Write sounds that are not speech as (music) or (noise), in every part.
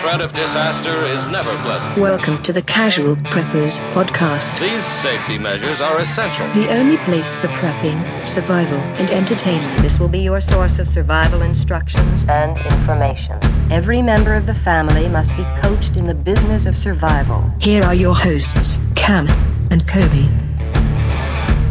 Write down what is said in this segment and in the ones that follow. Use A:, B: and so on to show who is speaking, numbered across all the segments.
A: threat of disaster is never pleasant.
B: Welcome to the Casual Preppers Podcast,
A: These safety measures are essential.
B: the only place for prepping, survival, and entertainment.
C: This will be your source of survival instructions and information. Every member of the family must be coached in the business of survival.
B: Here are your hosts, Cam and Kobe.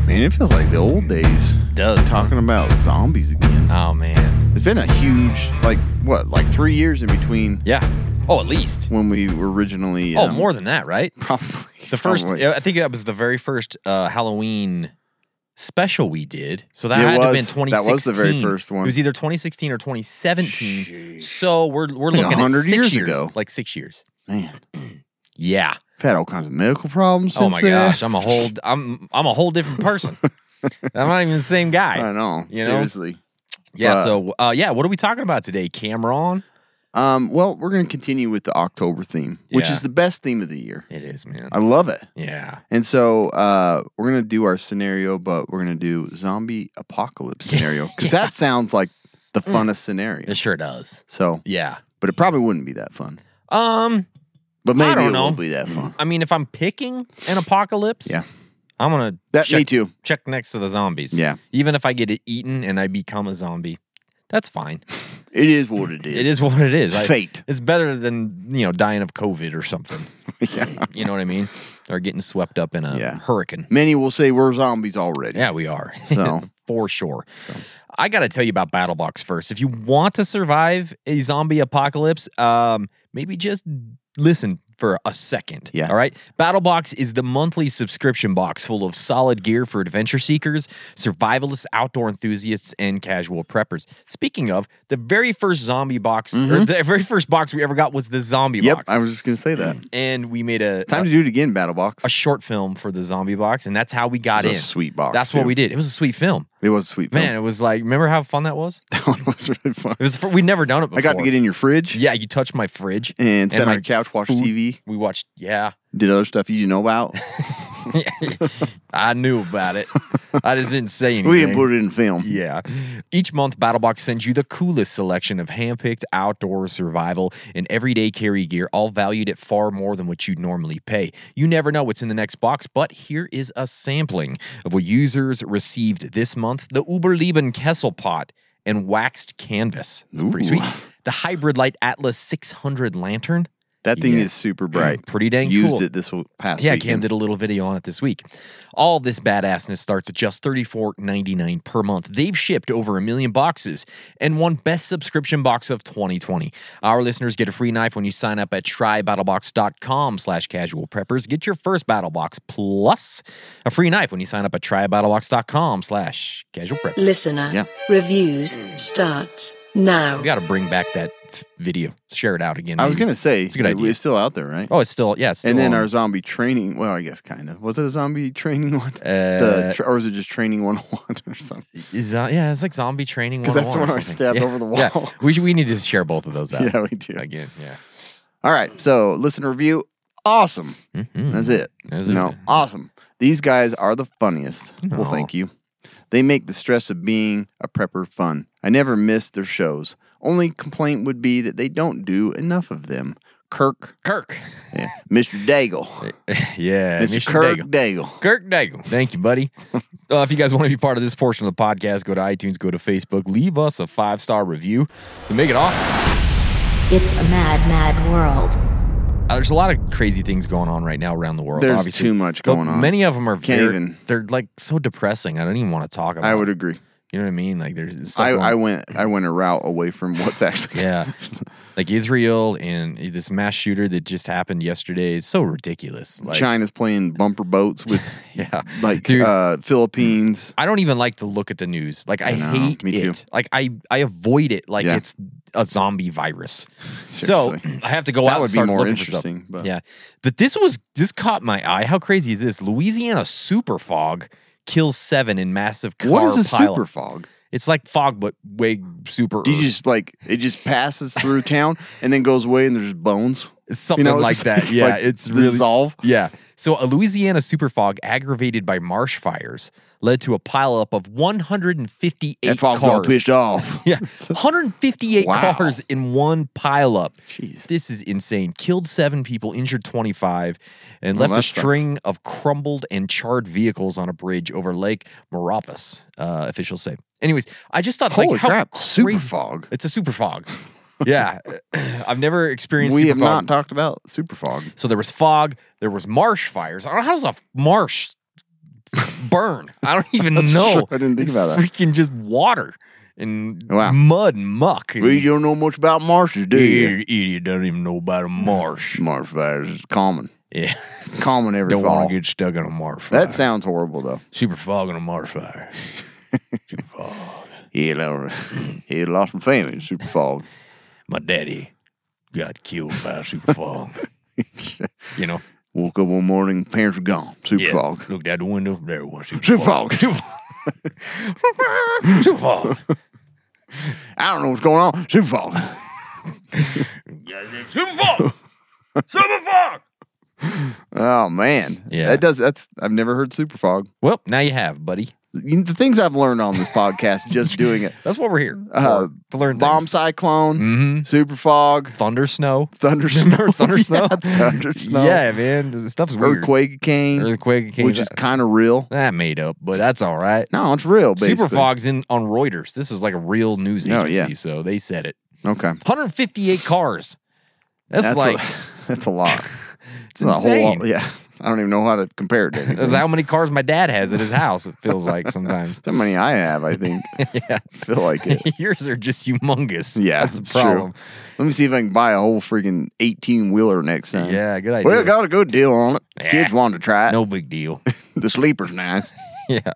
D: Man, it feels like the old days.
E: Does.
D: Talking about zombies again.
E: Oh man.
D: It's been a huge, like, what, like three years in between
E: Yeah. Oh, at least.
D: when we were originally.
E: Oh,
D: um, (laughs)
E: more than that, right?
D: Probably.
E: The first,
D: Probably.
E: I think that was the very first uh, Halloween special we did. So that
D: It
E: had to have been
D: was.
E: 2016.
D: That was the very first one.
E: It was either 2016 or 2017. So we're we're looking at
D: 100
E: six
D: years
E: years,
D: ago.
E: like six years.
D: Man,
E: (clears throat) Yeah.
D: I've had all kinds of medical problems since
E: oh my
D: then.
E: gosh, I'm a whole I'm I'm a whole
D: (laughs)
E: different person. I'm not even the same guy.
D: I know.
E: You know?
D: seriously.
E: Yeah.
D: But-
E: so uh, yeah, what are we talking about today, Cameron?
D: Um, well, we're going to continue with the October theme, which
E: Yeah.
D: is the best theme of the year.
E: It is man.
D: I love it.
E: yeah.
D: And so uh, we're going to do our scenario, but we're going to do zombie
E: (laughs)
D: apocalypse scenario because that sounds like the
E: Mm.
D: funnest scenario.
E: It sure does.
D: So,
E: Yeah.
D: but it probably wouldn't be that fun.
E: Um.
D: But maybe
E: I don't
D: it
E: know. Mm.
D: won't be that fun.
E: I mean, if I'm picking an apocalypse,
D: Yeah.
E: I'm gonna
D: That
E: check,
D: me too.
E: check next to the zombies.
D: Yeah.
E: even if I get it eaten and I become a zombie, that's fine.
D: It is what it is.
E: It is what it is. I-
D: Fate.
E: it's better than you know dying of COVID or something.
D: (laughs) yeah.
E: You know what I mean? Or getting swept up in a
D: Yeah.
E: hurricane.
D: Many will say we're zombies already.
E: Yeah, we
D: (laughs)
E: are.
D: So.
E: For sure. I got to tell you about Battle Box first. If you want to survive a zombie apocalypse, um, maybe just listen for a second.
D: Yeah.
E: All right. Battle Box is the monthly subscription box full of solid gear for adventure seekers, survivalists, outdoor enthusiasts, and casual preppers. Speaking of, the very first zombie box, or the very first box we ever got was the zombie
D: Mm-hmm. Yep.
E: box.
D: I was just gonna say that.
E: and we made a,
D: Time to do it again, Battle Box.
E: a short film for the zombie box, and that's how we got
D: It was a
E: in.
D: sweet box,
E: That's what
D: too.
E: we did. It was a sweet film.
D: it was a sweet
E: Man,
D: film.
E: it was like, remember how fun that was? It
D: (laughs) That one was really fun.
E: was the fir- we'd never done it before.
D: I got to get in your fridge
E: Yeah, you touched my fridge
D: and sat on
E: my
D: your couch, watched
E: food.
D: TV,
E: We watched. Yeah,
D: did other stuff you didn't know about.
E: (laughs) I knew
D: (laughs)
E: about it. I just didn't say anything.
D: we didn't put it in film.
E: Yeah. Each month, BattleBox sends you the coolest selection of handpicked outdoor survival and everyday carry gear, all valued at far more than what you'd normally pay. You never know what's in the next box, but here is a sampling of what users received this month the Uberleben Kessel Pot and Waxed Canvas. That's pretty
D: Ooh.
E: sweet. The Hybrid Light Atlas 600 Lantern.
D: That thing
E: Yeah.
D: is super bright.
E: (clears throat) Pretty dang
D: Used
E: cool.
D: it this w- past
E: Yeah, Cam
D: weekend.
E: did a little video on it this week. All this badassness starts at just $34.99 per month. They've shipped over a million boxes and won best subscription box of 2020. Our listeners get a free knife when you sign up at trybattlebox.com slash casual preppers. Get your first battle box plus a free knife when you sign up at trybattlebox.com slash casual preppers.
B: Listener
D: Yeah.
B: reviews starts now.
E: We got to bring back that f- video. Share it out again.
D: I was
E: maybe.
D: gonna say
E: It's a good
D: it-
E: idea.
D: It's still out there, right?
E: Oh, it's still, yeah, it's still
D: and then
E: on.
D: our zombie training. Well, I guess kind of. Was it a zombie training (laughs) one?
E: Uh,
D: the, tr- or was it just training 101 (laughs) or something?
E: Is, uh, yeah, it's like zombie training.
D: Because that's the
E: 101
D: one
E: or
D: I
E: something.
D: stabbed
E: Yeah,
D: over the wall.
E: Yeah, we, should- we need to share both of those out
D: Yeah, we do.
E: again. Yeah,
D: All right. So listen to review. Awesome. That's it.
E: Mm-hmm. That's
D: no,
E: it.
D: awesome. These guys are the funniest. Well,
E: Aw.
D: thank you. They make the stress of being a prepper fun. I never miss their shows. Only complaint would be that they don't do enough of them. Kirk,
E: Kirk.
D: yeah, Mr. Daigle,
E: yeah,
D: Mr.
E: Mission
D: Kirk
E: Daigle.
D: Daigle.
E: Kirk Daigle. Thank
D: (laughs)
E: you, buddy. uh, if you guys want to be part of this portion of the podcast, go to iTunes, go to Facebook, leave us a five star review. You make it awesome.
F: It's a mad, mad world.
E: Uh, there's a lot of crazy things going on right now around the world.
D: There's
E: obviously.
D: too much
E: But
D: going on.
E: Many of them are
D: Can't
E: very-
D: even-
E: They're like so depressing. I don't even want to talk about.
D: I would
E: it.
D: agree.
E: You know what I mean? Like there's. Stuff
D: I,
E: going
D: I went I went a route away from what's actually (laughs)
E: Yeah. Like Israel and this mass shooter that just happened yesterday is so ridiculous. Like
D: China's playing bumper boats
E: (laughs)
D: with
E: Yeah.
D: like
E: Dude.
D: uh Philippines.
E: I don't even like to look at the news. Like I,
D: know,
E: hate
D: me
E: it.
D: too.
E: Like I I avoid it like
D: Yeah.
E: it's a zombie virus.
D: Seriously.
E: So I have to go
D: That
E: out
D: would
E: and
D: be
E: start
D: more
E: looking for
D: interesting,
E: something.
D: but-
E: Yeah. But this was this caught my eye. How crazy is this? Louisiana super fog kills 7 in massive car
D: What is a
E: pileup.
D: super fog?
E: It's like fog but way super (laughs)
D: Do you just like it just passes through town and then goes away and there's bones?
E: something
D: know, it's
E: like
D: just
E: that.
D: (laughs) like-
E: yeah,
D: like
E: it's really
D: dissolve.
E: Yeah. So a Louisiana superfog aggravated by marsh fires led to a pileup of 158
D: That fog all
E: cars.
D: pissed off.
E: (laughs) Yeah, 158
D: Wow.
E: cars in one pileup.
D: Jeez.
E: This is insane. Killed seven people, injured 25, and
D: Well,
E: left a
D: that sucks.
E: string of crumbled and charred vehicles on a bridge over Lake Mauropas, uh, officials say. Anyways, I just thought,
D: Holy
E: like, how
D: crap,
E: crazy-
D: superfog.
E: It's a super fog. yeah, (clears throat) I've never experienced
D: We
E: super
D: have
E: fog. Mm-hmm.
D: not talked about superfog.
E: So there was fog. There was marsh fires. I don't know how does a marsh burn. I
D: (laughs)
E: don't even
D: That's
E: know.
D: true. I didn't think
E: It's
D: about that.
E: Freaking just water and
D: Wow.
E: mud and muck. And
D: We don't know much about marshes, do you?
E: Idiot, idiot don't even know about
D: (laughs)
E: a marsh.
D: Marsh fires is common.
E: Yeah,
D: It's common every
E: don't
D: fall.
E: want to get stuck on a marsh fire.
D: that sounds horrible, though.
E: super fog on a marsh fire. super fog.
D: He lost,
E: (laughs)
D: he lost some family in superfog.
E: My daddy got killed by super fog.
D: (laughs)
E: you know,
D: Woke up one morning, parents were gone.
E: yeah.
D: Superfog.
E: Looked out the window. There it was super,
D: Superfog. (laughs)
E: fog. super fog.
D: I don't know what's going on. Superfog.
E: Super
D: (laughs)
E: fog. Super fog.
D: Oh man,
E: Yeah.
D: That does. That's I've never heard superfog.
E: Well, now you have, buddy.
D: You know, the things I've learned on this
E: (laughs)
D: podcast, just doing it.
E: That's what we're here for,
D: Uh,
E: to learn.
D: Bomb
E: things.
D: cyclone, superfog, (laughs)
E: thunder snow,
D: thunder
E: thunder,
D: snow,
E: Mm-hmm. thunder snow,
D: yeah,
E: (laughs)
D: thunder snow.
E: Yeah, man, this stuff's weird.
D: earthquake came,
E: Earthquake came.
D: which is kind of real.
E: that made up, but that's all right.
D: No, it's real. Basically.
E: Super fog's in on Reuters. This is like a real news
D: Oh,
E: agency,
D: yeah.
E: so they said it.
D: Okay,
E: 158 cars. That's,
D: that's
E: like
D: a, that's a
E: (laughs)
D: lot. (laughs)
E: it's
D: That's a
E: insane.
D: whole lot. Yeah, I don't even know how to compare it. To anything.
E: (laughs) That's how many cars my dad has at his house. It feels
D: (laughs)
E: like sometimes. (laughs)
D: That's how many I have, I think.
E: yeah,
D: I feel like
E: (laughs)
D: it.
E: yours are just humongous.
D: Yeah,
E: that's
D: it's
E: the
D: true.
E: problem.
D: Let me see if I can buy a whole freaking 18 wheeler next time.
E: Yeah, good idea.
D: Well, got a good deal on it. Kids wanted to try it.
E: No big deal.
D: The sleeper's nice.
E: (laughs) yeah.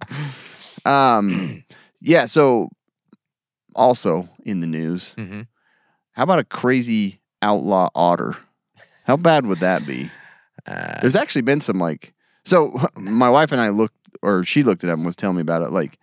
D: Um, yeah, so also in the news,
E: Mhm.
D: how about a crazy outlaw otter? How bad would that be?
E: Uh,
D: There's actually been some like, so (laughs) my wife and I looked, or she looked it up and was telling me about it. Like,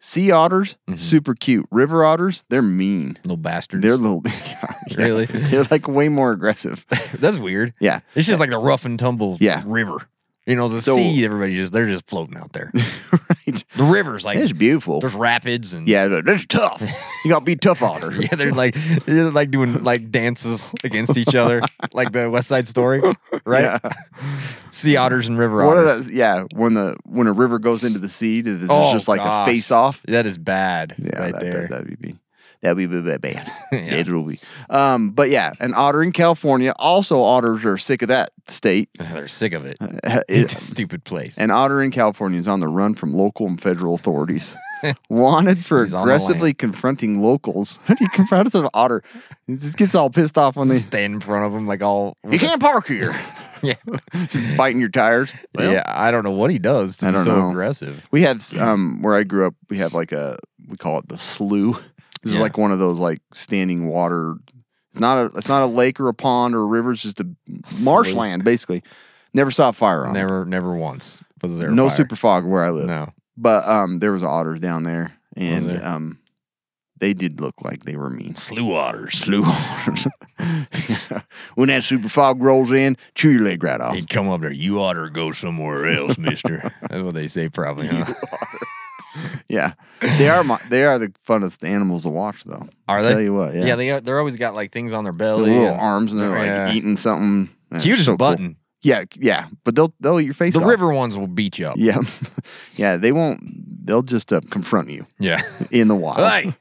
D: sea otters,
E: Mm-hmm.
D: super cute. River otters, they're mean.
E: Little bastards.
D: They're little, (laughs) yeah,
E: Really?
D: They're like way more aggressive.
E: (laughs) That's weird.
D: Yeah. (laughs)
E: It's just like the rough and tumble
D: Yeah.
E: river. You know, the
D: So-
E: sea, everybody just they're just floating
D: (laughs)
E: out there.
D: right.
E: The river's like
D: It's beautiful.
E: there's rapids and
D: Yeah, they're- they're tough. You gotta be tough otter.
E: (laughs) Yeah, they're like they're like doing like dances against each
D: (laughs)
E: other, like the West Side Story, right? (laughs) Sea otters and river
D: What are
E: otters.
D: those? Yeah, when the when a river goes into the sea, it's
E: Oh,
D: just like
E: gosh.
D: a face off.
E: That is bad,
D: Yeah,
E: right
D: that,
E: there.
D: That, that'd be that'd be bad. bad. It'll be. Um, but yeah, an otter in California. Also, otters are sick of that state.
E: (laughs) They're sick of (laughs) it.
D: (laughs) It-
E: It's a stupid place.
D: An otter in California is on the run from local and federal
E: (laughs)
D: authorities. Wanted for
E: He's on the
D: aggressively
E: lam.
D: confronting locals. How do you confront an otter? He just gets all pissed off when they.
E: Stand in front of them like all.
D: You can't park here.
E: (laughs) Yeah,
D: Just biting your tires. (laughs) Well,
E: yeah. I don't know what he does to
D: I
E: be
D: don't
E: so
D: know.
E: aggressive.
D: We have um where I grew up, we have like a we call it the slough. This
E: Yeah.
D: is like one of those like standing water. It's not a it's not a lake or a pond or a river. It's just a marshland basically. Never saw a fire on it.
E: Never, never once was there a
D: No
E: fire.
D: super fog where I live.
E: No.
D: (laughs) But um, there was otters down there, and
E: there?
D: um, they did look like they were
E: (laughs)
D: mean.
E: Slew otters.
D: Slew otters. when that super fog rolls in, chew your leg right off.
E: He'd come up there. You otter go somewhere else, mister. (laughs) That's what they say, probably. Huh?
D: (laughs) Yeah, they are my, they are the funnest animals to watch, though.
E: Are
D: I'll
E: they?
D: Tell you what, yeah,
E: Yeah, they they're always got like things on their belly,
D: Their little
E: and-
D: arms and they're like
E: Yeah.
D: eating something. Yeah,
E: Cute
D: it's
E: as
D: so
E: a button.
D: Cool. Yeah, yeah, but they'll they'll eat your face.
E: The
D: off.
E: river ones will beat you up.
D: (laughs) Yeah, yeah, they won't. They'll just uh, confront you (laughs)
E: Yeah. (laughs)
D: in the wild.
E: hey,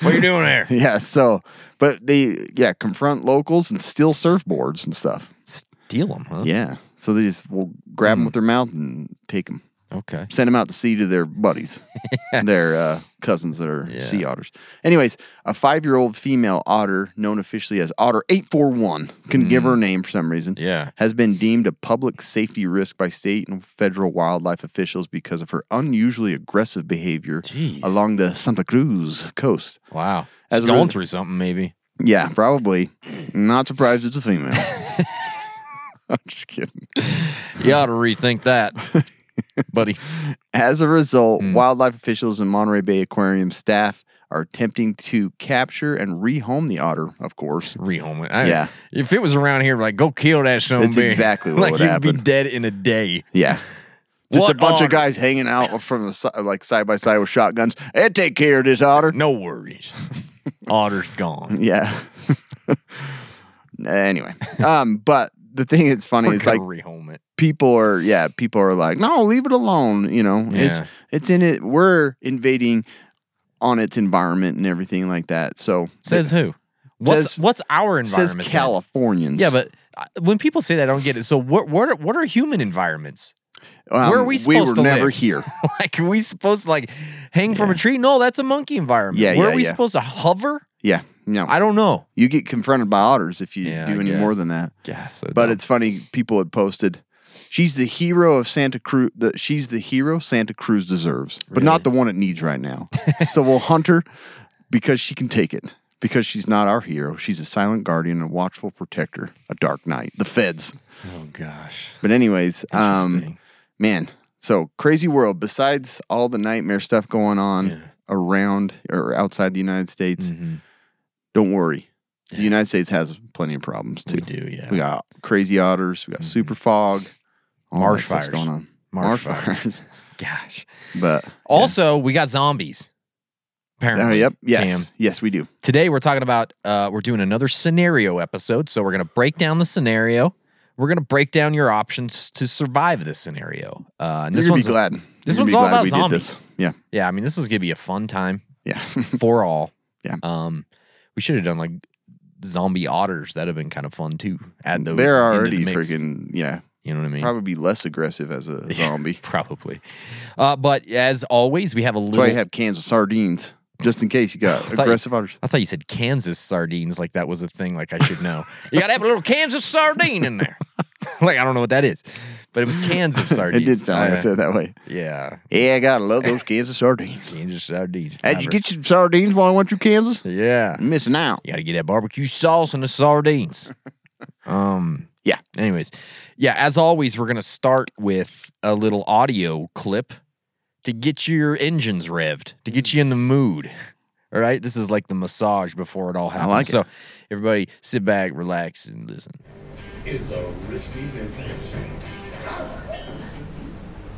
E: what are you doing there?
D: (laughs) Yeah. So, but they yeah confront locals and steal surfboards and stuff.
E: Steal them, huh? Hmm.
D: Yeah. So they just will grab them with their mouth and take them,
E: Okay.
D: send them out to sea to their
E: (laughs)
D: buddies, (laughs) their uh, cousins that are sea otters. Anyways, a five-year-old female otter, known officially as Otter Eight Four One, couldn't give
E: Hmm.
D: her name for some reason.
E: Yeah.
D: has been deemed a public safety risk by state and federal wildlife officials because of her unusually aggressive behavior
E: Jeez.
D: along the Santa Cruz coast.
E: Wow.
D: As
E: She's
D: a
E: going
D: result-
E: through something,
D: (laughs)
E: maybe.
D: Yeah, probably. Not surprised it's a
E: (laughs)
D: female. (laughs) I'm just kidding.
E: You ought to
D: (laughs)
E: rethink that, buddy. Hmm.
D: As a result, wildlife officials and Monterey Bay Aquarium staff are attempting to capture and rehome the otter, of course.
E: Rehome it. I-
D: Yeah.
E: If it was around here, like go kill that son. of a
D: That's
E: bitch. (laughs)
D: exactly what
E: like
D: would
E: you'd be
D: happen.
E: dead in a day.
D: Yeah. Just
E: What
D: a bunch
E: otter?
D: of guys hanging out from the si- like side by side with shotguns. Hey, take care of this otter.
E: No worries. Otter's
D: (laughs)
E: gone.
D: Yeah. anyway, um, but the thing that's funny
E: We're
D: is like
E: gonna rehome it.
D: people are yeah people are like no leave it alone you know it's
E: Yeah.
D: it's in it we're invading on its environment and everything like that so
E: Says who? What's
D: Says-
E: what's our
D: it says
E: environment? then?
D: Californians
E: Yeah, but uh, when people say that, I don't get it. So what? What are, what are human environments? (laughs)
D: Um,
E: where are we
D: we
E: supposed
D: were
E: to
D: never
E: live?
D: here
E: like, are we supposed to like hang from a tree? No, that's a monkey environment.
D: Yeah,
E: Where
D: yeah,
E: are we
D: yeah.
E: supposed to hover?
D: yeah no
E: I don't know.
D: you get confronted by otters if you
E: Yeah, I
D: do any more
E: guess.
D: than that
E: Yes,
D: but it's funny people had posted she's the hero of Santa Cruz the, she's the hero Santa Cruz deserves but not the one it needs right now so we'll hunt her because she can take it because she's not our hero she's a silent guardian a watchful protector a dark knight the feds
E: oh gosh.
D: but anyways um
E: Interesting.
D: man so crazy world besides all the nightmare stuff going on around or outside the United States
E: Mm-hmm.
D: don't worry the United States has plenty of problems too
E: We do, yeah. Mm-hmm.
D: we got crazy otters. We got super fog. all
E: Marsh
D: that stuff's
E: fires.
D: going on.
E: Marsh
D: fires. (laughs)
E: gosh.
D: but
E: Also, we got zombies. Apparently.
D: oh, yep. Yes.
E: Cam.
D: Yes, we do.
E: Today we're talking about uh we're doing another scenario episode, so we're going to break down the scenario. We're going to break down your options to survive this scenario. Uh and
D: You're
E: this
D: gonna be
E: one's a-
D: glad.
E: this
D: You're gonna
E: one's
D: be
E: all
D: glad
E: about
D: we
E: zombies.
D: Did
E: Yeah, I mean this is going to be a fun time
D: this. Yeah. (laughs) Yeah.
E: for all.
D: Yeah.
E: Um we should have done like zombie otters that'd have been kind of fun too. Add (laughs) those
D: They're
E: into
D: already
E: the mix.
D: freaking yeah.
E: You know what I mean?
D: Probably less aggressive as a zombie.
E: (laughs) Probably. Uh, but as always, we have a
D: That's
E: little.
D: why you have cans of sardines. Just in case you got
E: you-
D: aggressive otters.
E: (laughs) I thought you said Kansas sardines, like that was a thing, like I should know. you got to have a little Kansas sardine in there. (laughs) like, I don't know what that is, but it was Kansas
D: (laughs)
E: sardines.
D: It did sound like I
E: Uh,
D: said that way.
E: Yeah.
D: Yeah, I gotta love those cans of sardines.
E: Kansas sardines.
D: How'd you
E: forever.
D: get your sardines while I went through Kansas?
E: Yeah.
D: I'm missing out.
E: You got to get that barbecue sauce and
D: (laughs)
E: the sardines. um.
D: Yeah.
E: Anyways, yeah. As always, we're gonna start with a little audio clip to get your engines revved, to get you in the mood. All right. This is like the massage before it all happens.
D: like it.
E: So everybody, sit back, relax, and listen.
G: is a risky business.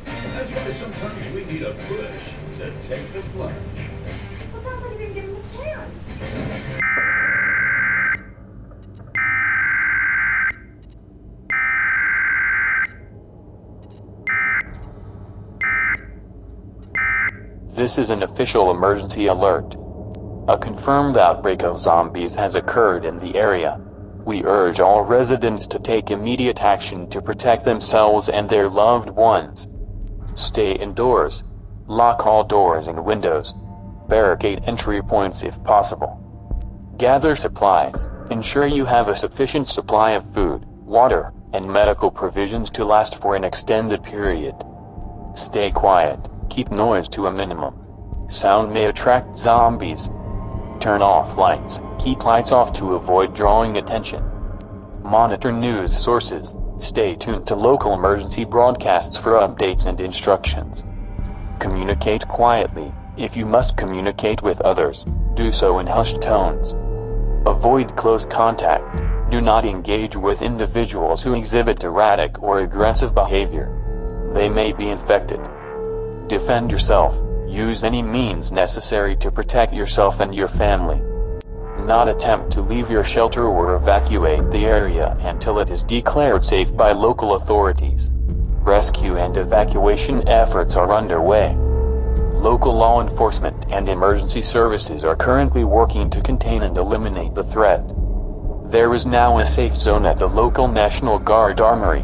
G: And that's why sometimes we need a push to take the plunge.
H: Well, it sounds like you didn't give him a chance.
I: This is an official emergency alert. A confirmed outbreak of zombies has occurred in the area. We urge all residents to take immediate action to protect themselves and their loved ones. Stay indoors. Lock all doors and windows. Barricade entry points if possible. Gather supplies. Ensure you have a sufficient supply of food, water, and medical provisions to last for an extended period. Stay quiet. Keep noise to a minimum. Sound may attract zombies. Turn off lights. Keep lights off to avoid drawing attention. Monitor news sources. Stay tuned to local emergency broadcasts for updates and instructions. Communicate quietly. If you must communicate with others, do so in hushed tones. Avoid close contact. Do not engage with individuals who exhibit erratic or aggressive behavior. They may be infected. Defend yourself. Use any means necessary to protect yourself and your family. Not attempt to leave your shelter or evacuate the area until it is declared safe by local authorities. Rescue and evacuation efforts are underway. Local law enforcement and emergency services are currently working to contain and eliminate the threat. There is now a safe zone at the local National Guard Armory.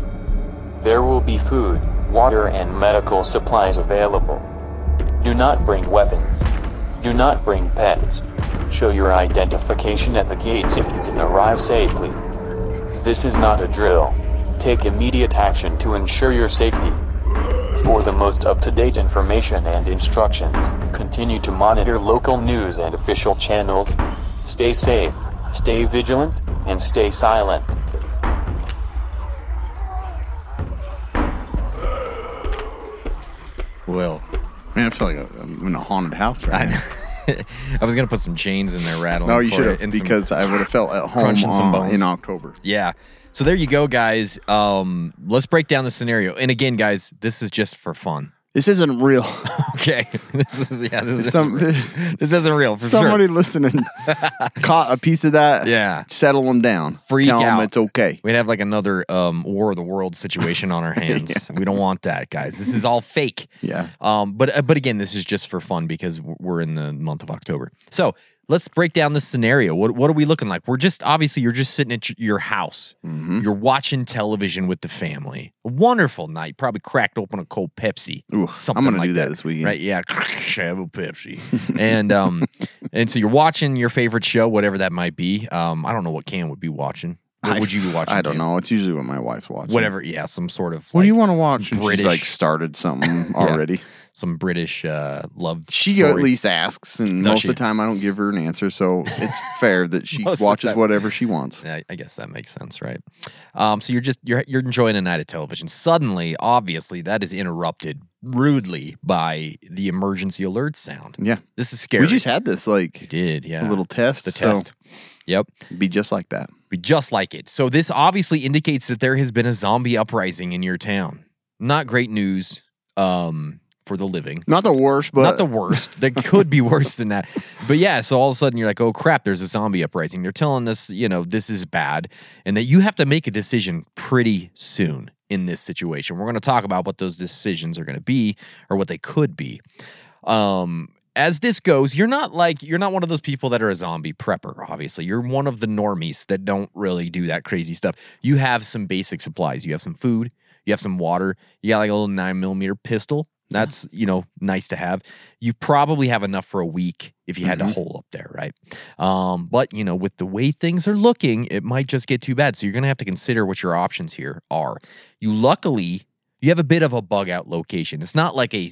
I: There will be food, water, and medical supplies available. Do not bring weapons. Do not bring pets. Show your identification at the gates if you can arrive safely. This is not a drill. Take immediate action to ensure your safety. For the most up to date information and instructions, continue to monitor local news and official channels. Stay safe, stay vigilant, and stay silent.
E: Well,
D: Man, I feel like I'm in a haunted house right now.
E: I was gonna put some chains in there rattling.
D: No, you
E: for
D: should
E: it
D: have
E: and some-
D: because I would have felt at home
E: crunching some
D: on-
E: bones.
D: in October.
E: Yeah. So there you go, guys. Um, let's break down the scenario. And again, guys, this is just for fun.
D: This isn't real.
E: Okay. This is yeah. (laughs) This is
D: Some- (laughs)
E: this isn't real. For
D: Somebody
E: sure. (laughs)
D: listening caught a piece of that.
E: Yeah.
D: settle them down.
E: Freak
D: Tell
E: out.
D: them it's okay.
E: We'd have like another um, War of the World
D: (laughs)
E: situation on our hands. We don't want that, guys. This is all fake.
D: Yeah.
E: Um, but uh, but again, this is just for fun because w- we're in the month of October. So let's break down this scenario. What what are we looking like? We're just obviously you're just sitting at y- your house.
D: Mm-hmm.
E: You're watching television with the family. A wonderful night. Probably cracked open a cold Pepsi.
D: Ooh, I'm
E: something
D: gonna
E: like
D: do that this weekend.
E: Right? Yeah. (laughs) Have a Pepsi. and um, and so you're watching your favorite show, whatever that might be. Um, I don't know what Cam would be watching. What
D: (laughs) I-
E: would you be watching?
D: I don't
E: Cam?
D: know. It's usually what my wife's watching.
E: Whatever. Yeah. Some sort of.
D: What do
E: like,
D: you want to watch? And
E: British-
D: she's like started
E: (laughs)
D: something already.
E: Some British uh, love.
D: She
E: story.
D: at least asks, and
E: No,
D: most
E: she-
D: of the time I don't give her an answer, so
E: (laughs)
D: it's fair that she
E: Most of the
D: watches
E: time.
D: whatever she wants.
E: Yeah, I- I guess that makes sense, right? Um, so you're just you're you're enjoying a night of television. Suddenly, obviously, that is interrupted rudely by the emergency alert sound.
D: Yeah.
E: This is scary.
D: We just had this like
E: did, yeah.
D: little test,
E: The
D: so-
E: test. Yep.
D: be just like that.
E: We just like it. So this obviously indicates that there has been a zombie uprising in your town. Not great news um, for the living.
D: Not the worst, but
E: Not the worst. That could be worse than that. But yeah, so all of a sudden you're like, oh crap, there's a zombie uprising. They're telling us, you know, this is bad and that you have to make a decision pretty soon in this situation. We're going to talk about what those decisions are going to be or what they could be. Um, as this goes, you're not like you're not one of those people that are a zombie prepper. Obviously, you're one of the normies that don't really do that crazy stuff. You have some basic supplies. You have some food. You have some water. You got like a little nine millimeter pistol. That's you know nice to have. You probably have enough for a week if you had to hole up there, right? Um, but you know, with the way things are looking, it might just get too bad. So you're gonna have to consider what your options here are. You luckily you have a bit of a bug out location. It's not like a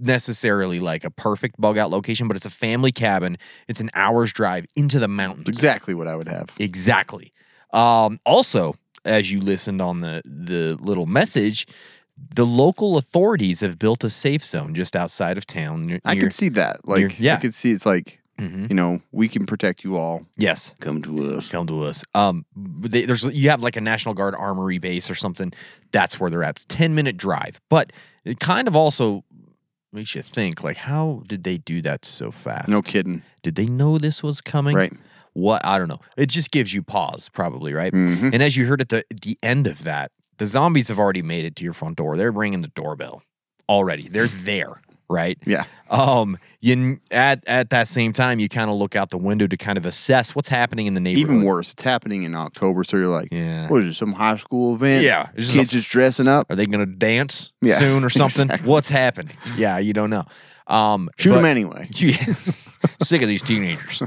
E: necessarily like a perfect bug out location, but it's a family cabin. It's an hour's drive into the mountains.
D: exactly what I would have.
E: Exactly. Um, also, as you listened on the the little message, the local authorities have built a safe zone just outside of town. near-
D: I
E: near-
D: could see that. Like,
E: yeah.
D: I could see it's like, you know, we can protect you all.
E: Yes.
D: Come to us.
E: Come to us. Um, but they, there's you have like a National Guard armory base or something. That's where they're at. It's ten minute drive, but it kind of also makes you think like, how did they do that so fast?
D: No kidding.
E: Did they know this was coming?
D: Right.
E: What I don't know. It just gives you pause, probably, right?
D: Mm-hmm.
E: And as you heard at the the end of that, the zombies have already made it to your front door. They're ringing the doorbell already. They're there, right?
D: Yeah.
E: Um. You at at that same time, you kind of look out the window to kind of assess what's happening in the neighborhood.
D: Even worse, it's happening in October. So you're like,
E: Yeah.
D: what is it, some high school event?
E: Yeah, it's
D: Kids
E: just a-
D: just dressing up.
E: Are they going to dance
D: Yeah,
E: soon
D: (laughs)
E: or something?
D: exactly.
E: What's happening? Yeah, you don't know. Um,
D: Shoot
E: but-
D: them anyway.
E: Yeah. Sick of
D: (laughs)
E: these teenagers.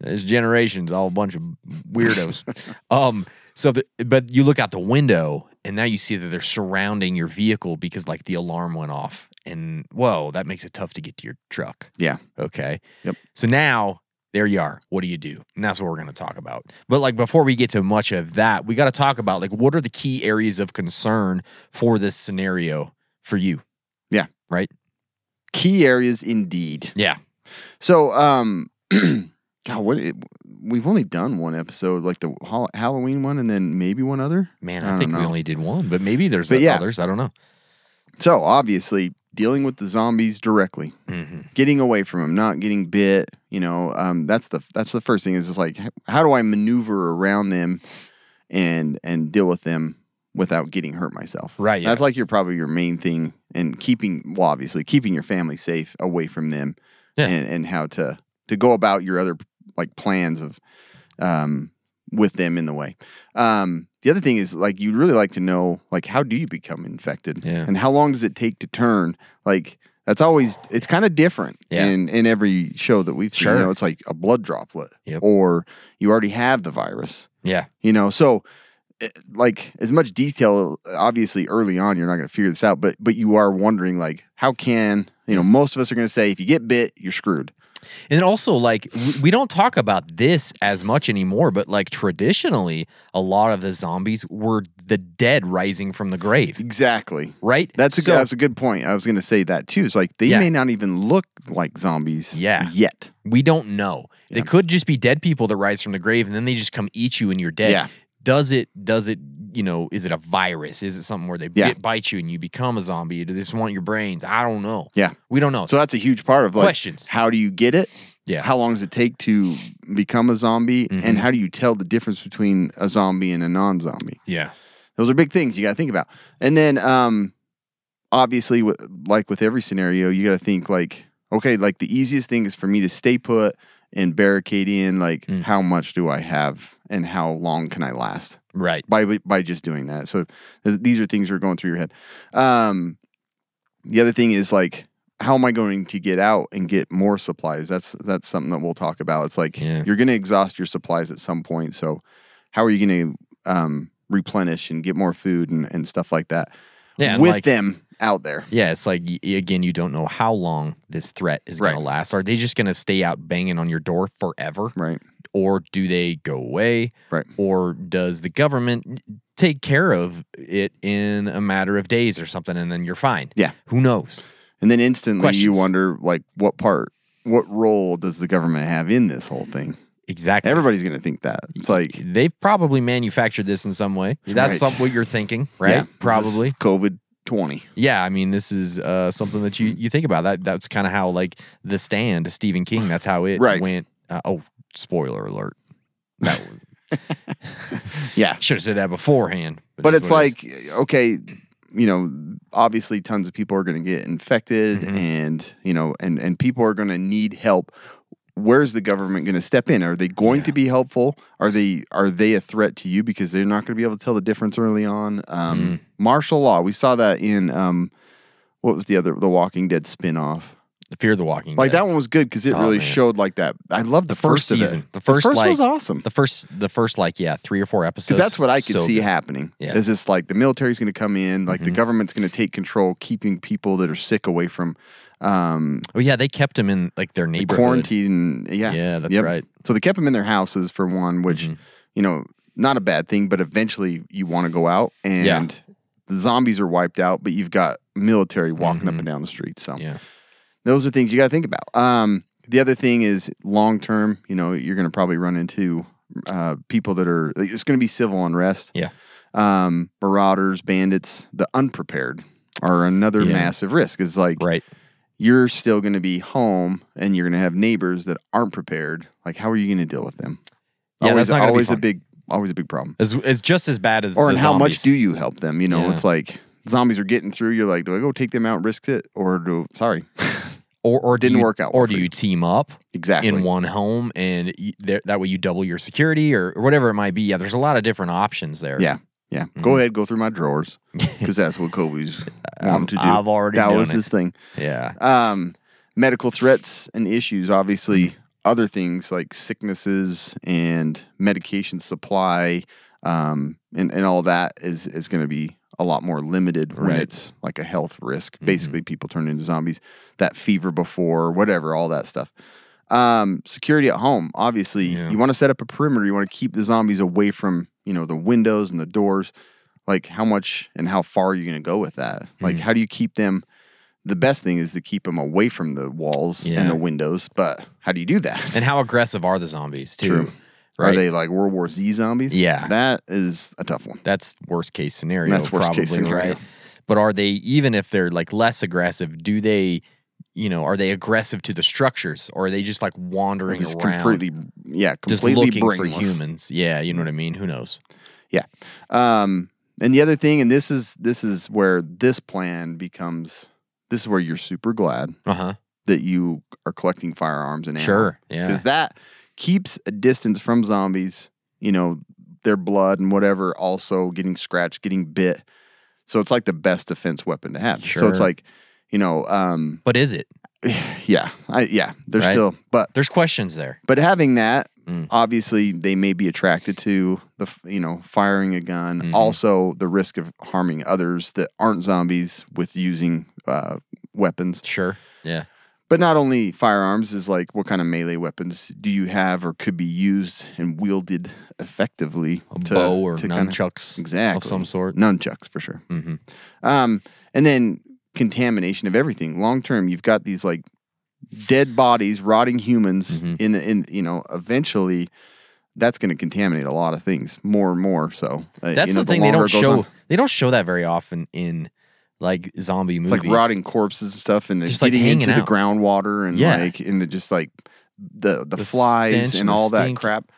E: this generation's all a bunch of weirdos. um, so, the, but you look out the window and now you see that they're surrounding your vehicle because like the alarm went off, and whoa, that makes it tough to get to your truck.
D: Yeah.
E: Okay.
D: Yep.
E: So now there you are. What do you do? And that's what we're going to talk about. But like before we get to much of that, we got to talk about like what are the key areas of concern for this scenario for you,
D: Yeah.
E: right?
D: Key areas indeed.
E: Yeah.
D: So, um, (clears throat) God, what it, we've only done one episode, like the Hall- Halloween one, and then maybe one other.
E: Man,
D: I
E: I,
D: don't
E: think we
D: know.
E: only did one, but maybe there's
D: But yeah.
E: others. I don't know.
D: So obviously, dealing with the zombies directly, getting away from them, not getting bit. You know, um, that's the that's the first thing is just like, h- how do I maneuver around them and and deal with them without getting hurt myself?
E: Right, yeah.
D: That's like your probably your main thing, and keeping well, obviously keeping your family safe away from them,
E: Yeah.
D: and and how to to go about your other like plans of um with them in the way. Um, the other thing is like you'd really like to know like how do you become infected
E: Yeah.
D: and how long does it take to turn? Like that's always it's kind of different
E: Yeah.
D: in in every show that we've seen.
E: Sure.
D: You know, it's like a blood droplet
E: Yep.
D: or you already have the virus.
E: Yeah.
D: You know, so eh, like as much detail obviously early on you're not going to figure this out but but you are wondering like how can you know most of us are going to say if you get bit you're screwed
E: And also, like, we- we don't talk about this as much anymore, but like traditionally, a lot of the zombies were like the dead rising from the grave,
D: Exactly.
E: right?
D: That's a
E: So-
D: good, that's a good point. I was going to say that too. It's like they
E: Yeah.
D: may not even look like zombies
E: Yeah.
D: yet.
E: We don't know. They could just be dead people that rise from the grave and then they just come eat you and you're dead.
D: Yeah.
E: Does it, does it, you know, is it a virus? Is it something where they
D: Yeah.
E: bit, bite you and you become a zombie? Do they just want your brains? I don't know.
D: Yeah.
E: We don't know.
D: So that's a huge part of like
E: Questions.
D: How do you get it?
E: Yeah. Mm-hmm.
D: How long does it take to become a zombie? And how do you tell the difference between a zombie and a non-zombie?
E: yeah.
D: Those are big things you got to think about. And then, um, obviously, with, like with every scenario, you got to think like, okay, like the easiest thing is for me to stay put and barricade in. Like,
E: Mm.
D: how much do I have, and how long can I last?
E: Right.
D: by by just doing that. So th- these are things that are going through your head. Um, the other thing is like, how am I going to get out and get more supplies? That's that's something that we'll talk about. It's like
E: Yeah.
D: you're going to exhaust your supplies at some point. So how are you going to um, replenish and get more food and, and stuff like that
E: Yeah. and
D: with
E: like-
D: them out there?
E: Yeah, it's like y- again, you don't know how long this threat is going
D: Right.
E: to last. Are they just going to stay out banging on your door forever,
D: Right.
E: or do they go away,
D: Right.
E: or does the government take care of it in a matter of days or something, and then you're fine?
D: Yeah.
E: who knows?
D: And then instantly you
E: Questions?
D: wonder like, what part, what role does the government have in this whole thing?
E: Exactly.
D: Everybody's going to think that. It's like
E: They've probably manufactured this in some way. That's
D: Right.
E: some, what you're thinking, right?
D: yeah, this is
E: probably.
D: COVID twenty.
E: Yeah, I mean, this is uh, something that you you think about. That that's kind of how like the stand, Stephen King. That's how it
D: Right.
E: went. Uh, oh, spoiler alert! That was,
D: Yeah.
E: should have said that beforehand.
D: But
E: it
D: it's
E: is what it is.
D: like, okay, you know, obviously tons of people are going to get infected
E: Mm-hmm.
D: and, you know, and, and people are going to need help. Where's the government going to step in? Are they going to be helpful? Are they are they a threat to you because they're not going to be able to tell the difference early on?
E: Mm.
D: Um, Martial law. We saw that in um, what was the other the Walking Dead spinoff.
E: Fear the Walking.
D: Like
E: Dead.
D: that one was good because it
E: Oh,
D: really
E: man.
D: showed like that. I love the, first, of it.
E: season. The first, like,
D: was awesome.
E: The first, the first like yeah, three or four episodes.
D: Because that's what I could
E: so
D: see
E: good.
D: happening.
E: Yeah. Mm-hmm.
D: Is this like the military's going to come in, like the government's going to take control, keeping people that are sick away from um,
E: Oh yeah, they kept him in like their neighborhood.
D: quarantine. Yeah,
E: Yeah, that's right. Mm-hmm.
D: So they kept them in their houses for one, which you know, not a bad thing. But eventually, you want to go out, and the zombies are wiped out, but you've got military walking up and down the street. So
E: Mm-hmm. Yeah.
D: those are things you got to think about. Um, the other thing is long term. You know, you're going to probably run into uh, people that are. It's going to be civil unrest
E: Yeah.
D: um, marauders, bandits, the unprepared are another
E: Yeah.
D: massive risk. It's like
E: Right.
D: you're still going to be home and you're going to have neighbors that aren't prepared. Like, how are you going to deal with them?
E: Yeah,
D: always,
E: that's not gonna be
D: always a
E: fun.
D: big, always a big problem.
E: As it's just as bad as
D: Or
E: the
D: and how much
E: zombies.
D: do you help them? You know,
E: Yeah.
D: it's like zombies are getting through. You're like, do I go take them out, and risk it, or do? Sorry,
E: or or do
D: Didn't
E: you-
D: work out
E: or
D: well
E: do
D: for
E: you
D: you.
E: team up
D: Exactly.
E: in one home and you, there, that way you double your security or, or whatever it might be yeah there's a lot of different options there
D: yeah, yeah. Go ahead, go through my
E: (laughs)
D: drawers because that's what Kobe's wanted to do.
E: Mm-hmm. I've already
D: that
E: done
D: was
E: it.
D: his thing. (laughs)
E: yeah
D: um, medical threats and issues, obviously, other things like sicknesses and medication supply um, and, and all that is, is going to be a lot more limited when
E: Right. Mm-hmm.
D: it's like a health risk. Basically, people turn into zombies, that fever before, whatever, all that stuff. Um, security at home, obviously,
E: Yeah.
D: you want to set up a perimeter, you want to keep the zombies away from, you know, the windows and the doors. Like, how much and how far are you going to go with that? Like,
E: Mm-hmm.
D: how do you keep them? the best thing is to keep them away from the walls
E: Yeah.
D: and the windows. But how do you do that?
E: and how aggressive are the zombies too
D: True.
E: right
D: Are they like World War Z zombies?
E: Yeah.
D: that is a tough one.
E: that's worst case scenario
D: That's worst
E: probably
D: case scenario.
E: right but are they even if they're like less aggressive do they you know are they aggressive to the structures or are they just like wandering
D: Just
E: around
D: completely, yeah,
E: just
D: completely
E: looking for
D: brainless.
E: humans yeah you know what i mean who knows
D: Yeah. Um, and the other thing, and this is this is where this plan becomes. This is where you're super glad
E: uh-huh
D: that you are collecting firearms and ammo.
E: Sure, yeah.
D: Because that keeps a distance from zombies, you know, their blood and whatever, also getting scratched, getting bit. So it's like the best defense weapon to have. So it's
E: Sure.
D: like, you know, um, (sighs)
E: but is it
D: yeah, I, yeah, they're
E: Right.
D: still, but
E: there's questions there
D: but having that,
E: Mm.
D: obviously, they may be attracted to the, f- you know, firing a gun.
E: Mm-hmm.
D: Also, the risk of harming others that aren't zombies with using uh, weapons.
E: sure yeah
D: But not only firearms is like what kind of melee weapons do you have or could be used and wielded effectively?
E: A bow or
D: kinda-
E: nunchucks of
D: exactly
E: some sort.
D: Nunchucks for sure. Mm-hmm. Um, and then contamination of everything. Long term, you've got these like dead bodies, rotting humans.
E: Mm-hmm.
D: In the in you know, eventually, that's going to contaminate a lot of things more and more. So uh,
E: That's
D: you know,
E: the thing they
D: longer it
E: don't
D: goes
E: show.
D: on.
E: They don't show that very often in like zombie
D: It's
E: movies.
D: like rotting corpses and stuff, and they're
E: Just, like,
D: getting into
E: hanging
D: the
E: out.
D: groundwater and
E: Yeah.
D: like and the just like the the,
E: The
D: flies
E: stench
D: and
E: and the
D: all that
E: stink.
D: crap.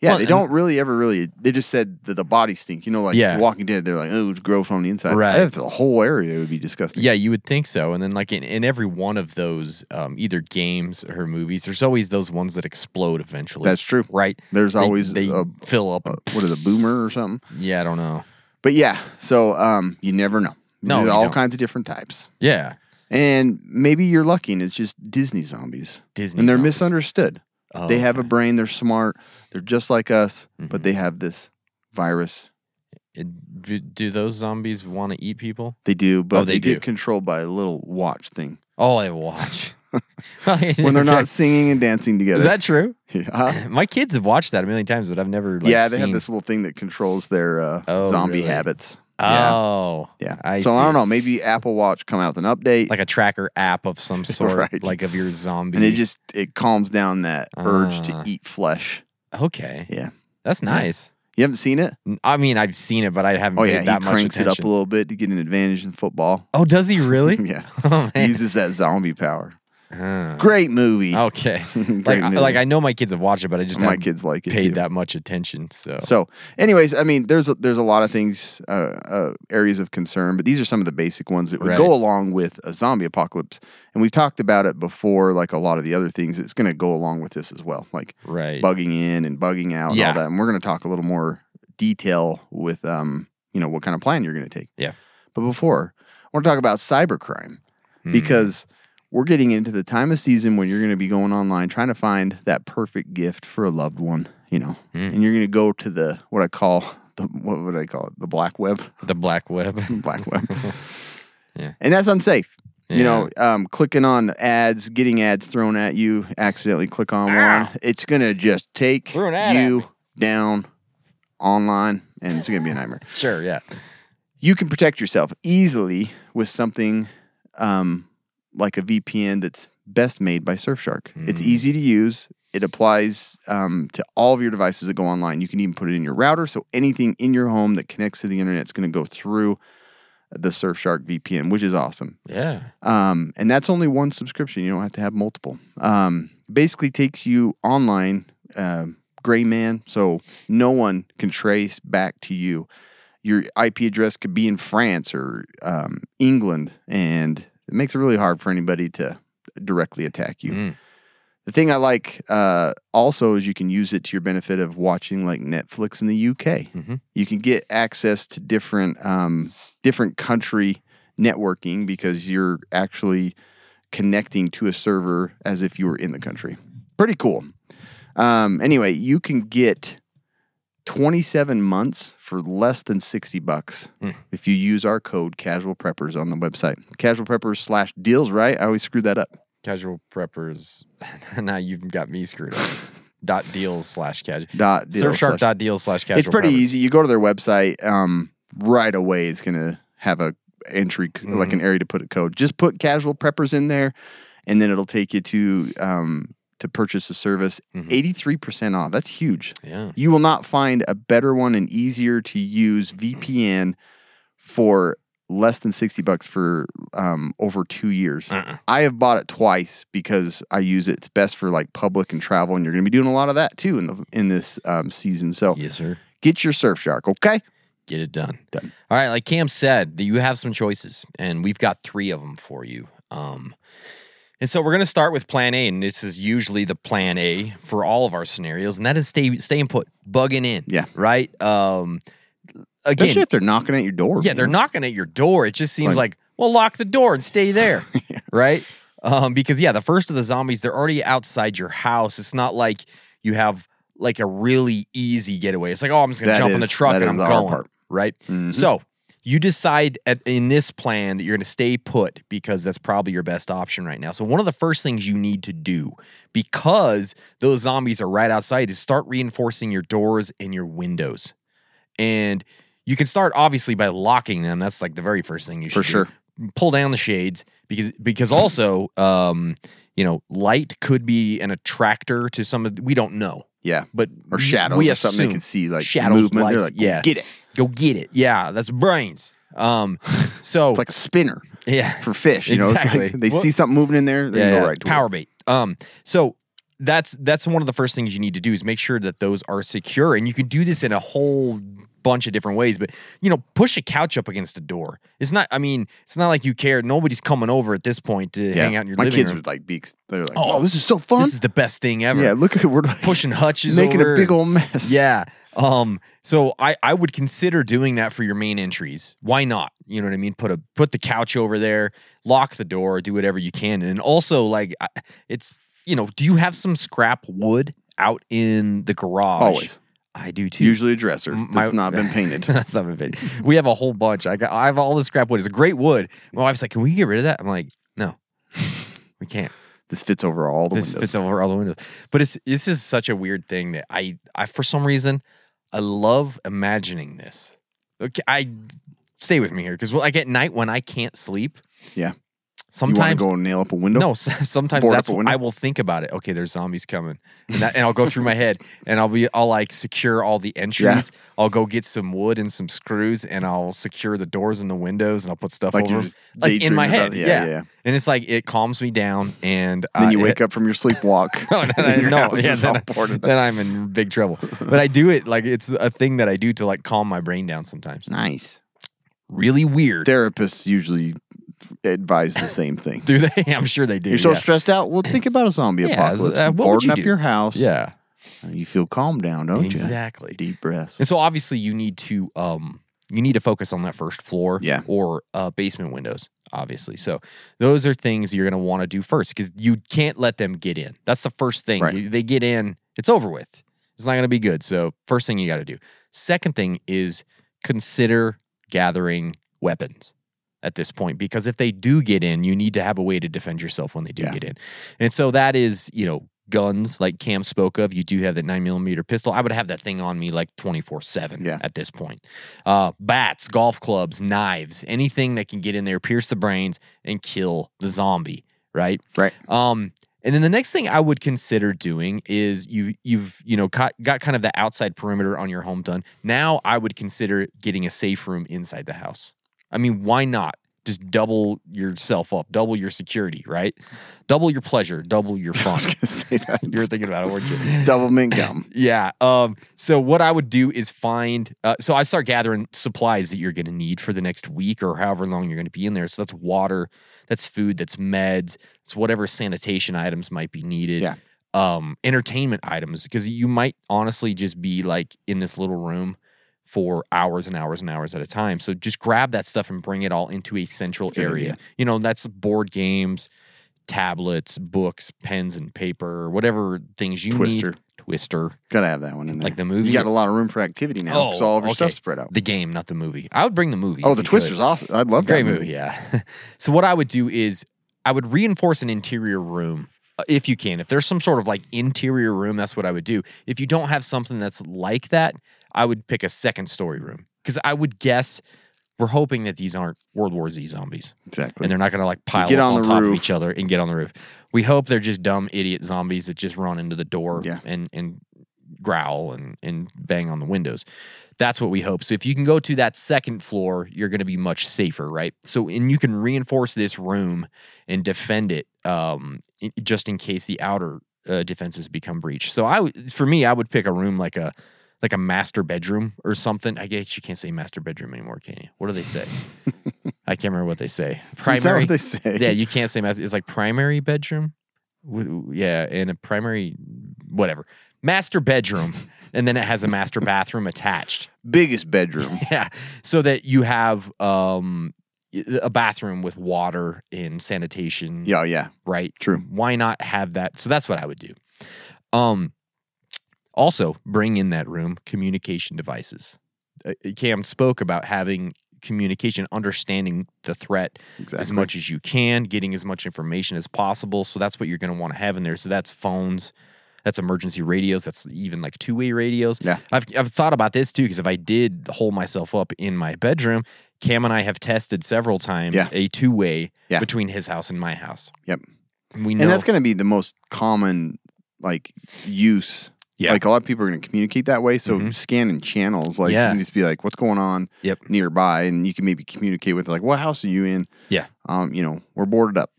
D: Yeah,
E: Well,
D: they
E: and-
D: don't really ever really. They just said that the bodies stink. You know, like
E: Yeah.
D: Walking Dead, they're like, oh, it would grow from the inside.
E: Right.
D: That's the whole area would be disgusting.
E: Yeah, you would think so. And then, like in, in every one of those, um, either games or movies, there's always those ones that explode eventually.
D: That's true.
E: right?
D: There's
E: They-
D: always
E: they
D: a-
E: fill up.
D: Uh, what is it, boomer or something?
E: (laughs) yeah, I don't know.
D: But yeah, so um, you never know.
E: No,
D: There's
E: you
D: all
E: don't.
D: kinds of different types,
E: Yeah,
D: and maybe you're lucky, and it's just Disney zombies.
E: Disney
D: and they're
E: zombies.
D: misunderstood.
E: Oh, Mm-hmm.
D: they have a brain. They're smart. They're just like us, but they have this virus.
E: It- do, do those zombies want to eat people?
D: They do, but
E: Oh, they
D: they,
E: do.
D: get controlled by a little watch
E: (laughs)
D: thing
E: Oh, I watch
D: (laughs)
E: (laughs)
D: when they're not singing and dancing together.
E: Is that true?
D: (laughs)
E: (coughs) (laughs)
D: yeah,
E: My kids have watched that a million times, but I've never. Like,
D: yeah they have
E: seen-
D: this little thing that controls their uh,
E: Oh,
D: zombie
E: really?
D: habits. Yeah.
E: Oh,
D: Yeah.
E: I
D: so
E: see.
D: I don't know. Maybe Apple Watch come out with an update,
E: Like a tracker app
D: (laughs)
E: of some sort,
D: Right.
E: like of your zombie.
D: and it just it calms down that urge to
E: Ah.
D: eat flesh.
E: okay.
D: Yeah.
E: That's nice.
D: You haven't seen it?
E: N- I mean, I've seen it, but I haven't
D: Oh
E: paid
D: yeah,
E: that
D: he
E: much
D: cranks it
E: attention.
D: up a little bit to get an advantage in football. (laughs)
E: Oh, does he really?
D: yeah,
E: (laughs) Oh,
D: He
E: man.
D: uses that zombie power.
E: Huh. Oh,
D: Great movie.
E: Okay.
D: (laughs) Great
E: like, I,
D: movie.
E: like I know my kids have watched it, but I just
D: My
E: haven't
D: kids like it,
E: paid
D: too.
E: that much attention. So,
D: So, anyways, I mean, there's a, there's a lot of things, uh, uh, areas of concern, but these are some of the basic ones that would
E: Right.
D: go along with a zombie apocalypse. And we've talked about it before, like a lot of the other things. It's going to go along with this as well, like
E: right.
D: bugging in and bugging out
E: Yeah.
D: and all that. And we're going to talk a little more detail with, um, you know, what kind of plan you're going to take.
E: Yeah.
D: But before, I want to talk about cybercrime
E: Hmm.
D: because we're getting into the time of season when you're going to be going online trying to find that perfect gift for a loved one, you know,
E: Hmm.
D: and you're going to go to the what I call (laughs) the what would I call it the black web, (laughs)
E: The black web. (laughs)
D: black web,
E: Yeah.
D: and that's unsafe. You
E: Yeah.
D: know, um, clicking on ads, getting ads thrown at you, accidentally click on one, it's going to just take
E: Threw an ad at
D: you down online, and it's going to be a nightmare
E: sure. Yeah.
D: you can protect yourself easily with something um, like a VPN that's best made by Surfshark. It's easy to use. It applies um, to all of your devices that go online. You can even put it in your router, so anything in your home that connects to the internet is going to go through the Surfshark VPN, which is awesome.
E: Yeah.
D: Um, and that's only one subscription. You don't have to have multiple. Um, basically, takes you online, um gray man, so no one can trace back to you. Your IP address could be in France or um, England, and it makes it really hard for anybody to directly attack you. The thing I like uh, also is you can use it to your benefit of watching like Netflix in the UK. You can get access to different um, different country networking because you're actually connecting to a server as if you were in the country. Pretty cool. Um, anyway, you can get 27 months for less than 60 bucks if you use our code Casual Preppers on the website. Casual Preppers slash deals, right? I always screw that up.
E: Casual preppers. (laughs) now you've got me
D: (laughs)
E: screwed up. dot deals slash casual.
D: Dot deals
E: Surfshark
D: slash-
E: dot deals slash casual.
D: it's pretty
E: preppers.
D: easy. You go to their website, um, right away it's gonna have a entry c like an area to put a code. Just put casual preppers in there, and then it'll take you to um, to purchase a service. Eighty three percent off. That's huge.
E: Yeah.
D: You will not find a better one and easier to use VPN for less than 60 bucks for um, over two years. I have bought it twice because I use it. It's best for like public and travel, and you're going to be doing a lot of that too in the in this um, season. So
E: Yes, sir.
D: get your Surfshark, okay?
E: Get it done.
D: Done.
E: All right, like Cam said, you have some choices, and we've got three of them for you. Um, and so we're going to start with Plan A, and this is usually the Plan A for all of our scenarios, and that is stay staying put, bugging in.
D: Yeah.
E: Right. Um, again,
D: Especially if they're knocking at your door.
E: yeah, they're
D: man.
E: knocking at your door. It just seems
D: Like-
E: like, well, lock the door and
D: (laughs)
E: stay there, right? Um, because yeah, the first of the zombies, they're already outside your house. It's not like you have like a really easy getaway. It's like, oh, I'm just gonna
D: That
E: jump in the
D: is-
E: truck
D: that
E: and
D: is
E: I'm
D: the hard Mm-hmm.
E: going,
D: part.
E: right? So you decide at, in this plan that you're going to stay put because that's probably your best option right now. So, one of the first things you need to do because those zombies are right outside is start reinforcing your doors and your windows. And you can start obviously by locking them. That's like the very first thing you
D: For
E: should do.
D: sure.
E: Pull down the shades because because also um you know light could be an attractor to some of we don't know
D: Yeah.
E: but
D: Or
E: we-
D: shadows
E: we
D: or something they
E: assume
D: can see, like,
E: shadows,
D: movement. They're
E: lights,
D: like, "Go
E: yeah,
D: get it."
E: go get it. Yeah, that's brains.
D: (laughs)
E: Um, so
D: It's like a spinner
E: yeah,
D: for fish. You know,
E: Exactly.
D: it's like they
E: Well-
D: see something moving in there, they
E: yeah,
D: go
E: yeah,
D: right to
E: power
D: it.
E: bait. Um, so that's that's one of the first things you need to do is make sure that those are secure, and you can do this in a whole bunch of different ways. But you know, push a couch up against a door. It's not. I mean, it's not like you care. Nobody's coming over at this point to
D: Yeah.
E: hang out in your
D: My
E: living
D: kids
E: room.
D: would like be ex- they're like,
E: Oh,
D: oh, this is so fun.
E: this is the best thing ever.
D: yeah, look at we're like (laughs)
E: pushing hutches
D: making
E: over
D: a big
E: and-
D: old mess.
E: Yeah. Um, so I, I would consider doing that for your main entries. Why not? You know what I mean? Put a put the couch over there, lock the door, do whatever you can. And also like I- it's you know, do you have some scrap wood out in the garage?
D: Always.
E: I do too.
D: usually a dresser
E: M- my-
D: that's not been painted.
E: (laughs) that's not been painted. We have a whole bunch. I got I have all this scrap wood. It's a great wood. My wife's like, Can we get rid of that? I'm like, No. We can't
D: this fits over all the
E: this
D: windows.
E: fits over all the windows. But it's this is such a weird thing that I I for some reason I love imagining this. Okay, I stay with me here because well, like at night when I can't sleep,
D: yeah, you want to
E: sometimes
D: go and nail up a window?
E: no, s- (laughs) sometimes
D: Board up
E: that's
D: a
E: what
D: window?
E: I will think about it. Okay, there's zombies coming, and, that, and I'll go through my head, (laughs) and I'll be I'll like secure all the entries. I'll go get some wood and some screws, and I'll secure the doors and the windows, and I'll put stuff
D: Like
E: over
D: you're
E: 'em.
D: just
E: like in my
D: daydreaming
E: head.
D: about it.
E: Yeah,
D: Yeah, yeah, yeah.
E: and it's like it calms me down, and
D: Then
E: I-
D: you wake
E: it-
D: up from your sleepwalk.
E: uh, (laughs) no, then
D: (laughs)
E: I-
D: Your
E: no,
D: house
E: yeah,
D: is
E: then,
D: all
E: I-
D: boarded up.
E: then I'm in big trouble. But I do it like it's a thing that I do to like calm my brain down sometimes.
D: Nice.
E: Really weird.
D: Therapists usually advise the same thing.
E: (laughs) do they? I'm sure they do.
D: You're so
E: yeah.
D: stressed out. Well, think about a zombie
E: Yeah,
D: apocalypse.
E: uh,
D: You
E: what would
D: Boarding
E: you
D: up
E: do?
D: your house.
E: Yeah,
D: You feel calmed down, don't
E: exactly.
D: you? Deep breaths. (laughs)
E: And so obviously you need to um you need to focus on that first floor
D: Yeah.
E: or uh, basement windows, obviously. So those are things you're gonna want to do first because you can't let them get in. That's the first thing.
D: Right.
E: You- they get in, it's over with. It's not gonna be good. So first thing you gotta do. Second thing is consider gathering weapons at this point because if they do get in, you need to have a way to defend yourself when they do
D: Yeah.
E: get in. And so that is, you know, guns like Cam spoke of. You do have that nine millimeter pistol. I would have that thing on me like 24 7
D: Yeah.
E: at this point. Uh, bats, golf clubs, knives, anything that can get in there, pierce the brains, and kill the zombie, right?
D: Right.
E: Um, and then the next thing I would consider doing is you you've you know got, got kind of the outside perimeter on your home done. Now I would consider getting a safe room inside the house. I mean, why not? Just double yourself up, double your security, right? Double your pleasure, double your fun.
D: Say that.
E: (laughs) You're thinking about it, weren't you?
D: (laughs) Double mint gum.
E: Yeah. Um, so what I would do is find. Uh, so I start gathering supplies that you're going to need for the next week or however long you're going to be in there. So that's water, that's food, that's meds, it's whatever sanitation items might be needed.
D: Yeah.
E: Um, entertainment items because you might honestly just be like in this little room for hours and hours and hours at a time. So just grab that stuff and bring it all into a central
D: Good
E: area.
D: idea.
E: You know, that's board games, tablets, books, pens and paper, whatever things (laughs) you
D: Twister.
E: need. Twister.
D: Gotta have that one in there.
E: Like the movie?
D: You got a lot of room for activity now. Oh, all of your stuff
E: okay.
D: spread out.
E: The game, not the movie. I would bring the movie.
D: oh,
E: if
D: the
E: you
D: Twister's
E: could.
D: awesome. I'd
E: It's a
D: love that
E: great movie. Yeah. (laughs) so what I would do is I would reinforce an interior room uh, if you can. If there's some sort of like interior room, that's what I would do. If you don't have something that's like that, I would pick a second story room because I would guess we're hoping that these aren't World War Z zombies
D: Exactly. (laughs)
E: and they're not going to like pile
D: get
E: up on,
D: on the
E: top of
D: roof.
E: each other and get on the roof. We hope they're just dumb idiot zombies that just run into the door
D: Yeah.
E: and and growl and and bang on the windows. That's what we hope. So if you can go to that second floor, you're going to be much safer, right? So and you can reinforce this room and defend it um i- just in case the outer uh, defenses become breached. So I would- for me I would pick a room like a like a master bedroom or something. I guess you can't say master bedroom anymore, can you? What do
D: (laughs)
E: they say? I can't remember what they say. Primary.
D: what they say?
E: Yeah, you can't say master. It's like primary bedroom. W- Yeah, and a primary whatever master bedroom, and then it has a master bathroom attached.
D: Biggest
E: (laughs)
D: bedroom.
E: Yeah, so that you have um a bathroom with water and sanitation
D: yeah, yeah.
E: right?
D: True.
E: Why not have that? So that's what I would do. Um, also bring in that room communication devices. Uh, Cam spoke uh, about having communication, understanding the threat as
D: Exactly.
E: much as you can, getting as much information as possible. So that's what you're going to want to have in there. So that's phones, that's emergency radios, that's even like two way radios.
D: Yeah.
E: I've, I've thought about this too, because if I did hold myself up in my bedroom, Cam and I have tested several times
D: Yeah.
E: a two way
D: Yeah.
E: between his house and my house.
D: Yep.
E: We know
D: And that's going to be the most common like use.
E: Yeah. Mm-hmm.
D: Like a lot of people are going to communicate that way. So scanning channels, like
E: Yeah.
D: you can just be like, what's going on
E: Yep.
D: nearby? And you can maybe communicate with like, what house are you in?
E: Yeah.
D: Um, you know, we're boarded up.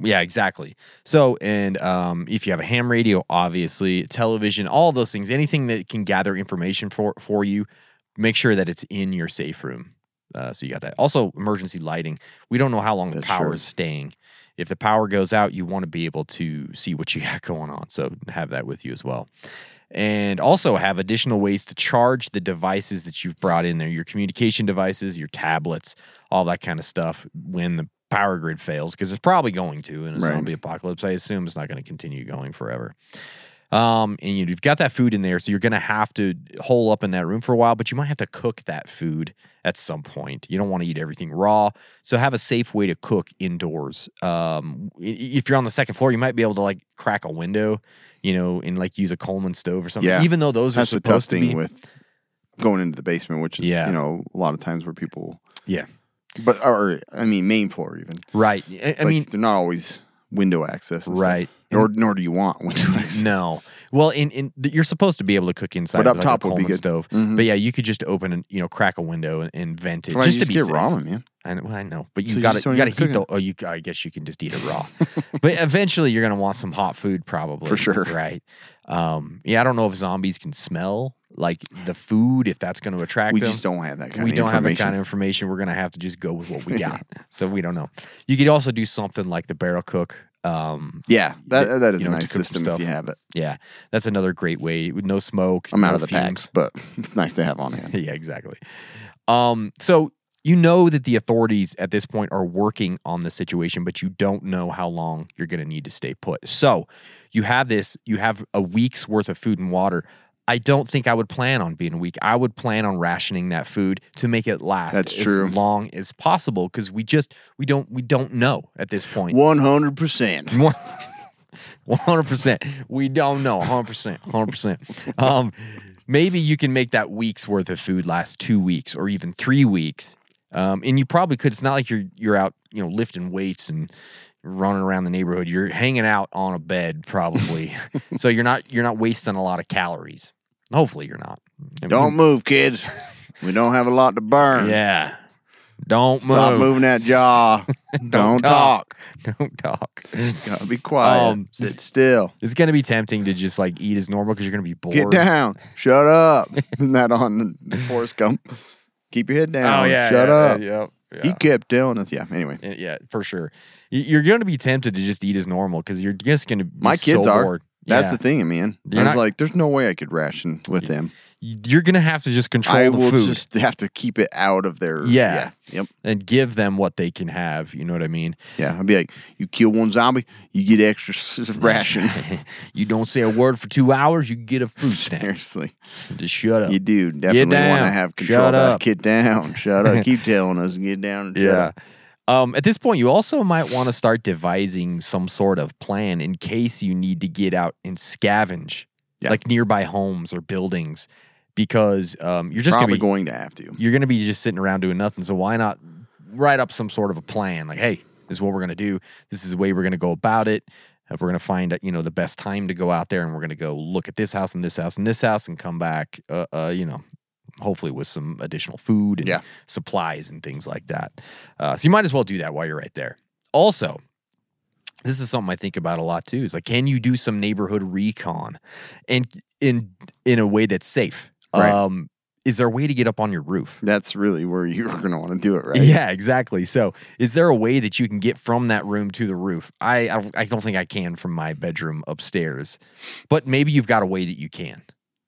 E: Yeah, exactly. So, and um, if you have a ham radio, obviously, television, all those things, anything that can gather information for for you, make sure that it's in your safe room. Uh, so you got that. Also, emergency lighting. We don't know how long the
D: That's
E: power
D: true.
E: is staying. If the power goes out, you want to be able to see what you got (laughs) going on. So have that with you as well. And also have additional ways to charge the devices that you've brought in there your communication devices, your tablets, all that kind of stuff when the power grid fails, because it's probably going to in a
D: Right.
E: zombie apocalypse. I assume it's not going to continue going forever. Um, and you- you've got that food in there, so you're gonna have to hole up in that room for a while, but you might have to cook that food at some point. You don't want to eat everything raw, so have a safe way to cook indoors. Um, i- if you're on the second floor, you might be able to like crack a window, you know, and like use a Coleman stove or something.
D: Yeah.
E: Even though those
D: That's
E: are
D: the tough
E: supposed to
D: thing
E: be
D: with going into the basement, which is,
E: Yeah.
D: you know, a lot of times where people,
E: yeah,
D: but, or I mean, main floor even.
E: right. I- I
D: Like,
E: mean,
D: they're not always window access. and stuff.
E: Right.
D: Nor, nor do you want window access.
E: No. Well, in, in th- you're supposed to be able to cook inside
D: But up
E: with,
D: top
E: like a
D: would be
E: Coleman
D: good.
E: stove.
D: Mhm.
E: But yeah, you could just open and you know crack a window and, and vent it
D: That's why
E: just
D: you
E: to be
D: get
E: safe.
D: ramen, man.
E: I know, well, I know, but
D: So
E: you
D: you
E: got
D: just
E: to
D: don't
E: you got
D: even
E: to
D: cook
E: heat the.
D: it.
E: Oh, you I guess you can just eat it
D: (laughs)
E: raw, but eventually you're gonna want some hot food probably
D: For sure.
E: right? Um, yeah, I don't know if zombies can smell like the food if that's going to attract
D: We
E: them.
D: just don't have that kind
E: we
D: of
E: don't have that
D: information.
E: kind of information. We're gonna have to just go with what
D: (laughs)
E: we got. so we don't know. You could also do something like the barrel cook. Um,
D: Yeah. That, that is
E: you know,
D: a
E: to
D: nice
E: cook some
D: system if
E: stuff.
D: you have it.
E: yeah, that's another great way. With no smoke.
D: I'm out
E: no
D: of the packs,
E: fumes.
D: but (laughs) it's nice to have on hand.
E: (laughs) yeah, exactly. Um, so you know that the authorities at this point are working on the situation, but you don't know how long you're going to need to stay put. So you have this, you have a week's worth of food and water. I don't think I would plan on being weak. I would plan on rationing that food to make it last
D: That's
E: as
D: true.
E: long as possible because we just we don't we don't know at this point.
D: One hundred percent.
E: One hundred percent. We don't know. One hundred percent. One hundred percent. Um, maybe you can make that week's worth of food last two weeks or even three weeks. Um, and you probably could. It's not like you're you're out, you know, lifting weights and running around the neighborhood. You're hanging out on a bed
D: (laughs)
E: probably, so you're not you're not wasting a lot of calories. Hopefully, you're not. I mean, (laughs)
D: Don't move, kids. We don't have a lot to burn.
E: Yeah. Don't
D: Stop
E: move.
D: moving that
E: (laughs)
D: jaw. don't, talk.
E: Don't talk. (laughs)
D: Gotta be quiet.
E: Um,
D: Sit still.
E: It's gonna be tempting to just like eat as normal because you're gonna be bored.
D: Get down. Shut
E: (laughs)
D: up. Isn't that on the Forrest Gump? Keep your head down.
E: Oh yeah.
D: Shut
E: yeah,
D: up.
E: Yeah, yeah,
D: He kept telling us. Yeah. Anyway,
E: yeah, yeah, for sure. Y- You're going to be tempted to just eat as normal because you're just going to. Be
D: my kids
E: so
D: are.
E: Bored.
D: That's
E: Yeah.
D: the thing, man.
E: You're
D: I was
E: not-
D: like, there's no way I could ration with them.
E: Y- You're going to have to just control
D: I
E: the
D: will
E: food
D: just have to keep it out of their.
E: Yeah.
D: Yep.
E: and give them what they can have. You know what I mean?
D: Yeah. I'd be like, you kill one zombie, you get extra s- (laughs)
E: (laughs)
D: ration.
E: you don't say a word for two hours, you get
D: (laughs)
E: a food snack.
D: Seriously.
E: (laughs) just shut up.
D: You do definitely
E: down.
D: want to have control.
E: Shut
D: of
E: up.
D: that Get
E: (laughs)
D: down. Shut up. Keep telling us. Get down. and shut
E: Yeah.
D: up.
E: Um, at this point, you also might want to start devising some sort of plan in case you need to get out and scavenge,
D: Yeah.
E: like nearby homes or buildings, because um, you're just
D: Probably
E: gonna be,
D: going to have to.
E: you're going to be just sitting around doing nothing. So why not write up some sort of a plan? Like, hey, this is what we're going to do. This is the way we're going to go about it. If we're going to find you know the best time to go out there, and we're going to go look at this house and this house and this house, and come back, uh, uh, you know, hopefully with some additional food and
D: Yeah.
E: supplies and things like that. Uh, so you might as well do that while you're right there. Also, this is something I think about a lot too. Is like, can you do some neighborhood recon, and in in a way that's safe?
D: Right.
E: Um, is there a way to get up on your roof?
D: That's really where you're (laughs) going to want to do it, right?
E: Yeah, exactly. So, is there a way that you can get from that room to the roof? I I don't, I don't think I can from my bedroom upstairs, but maybe you've got a way that you can.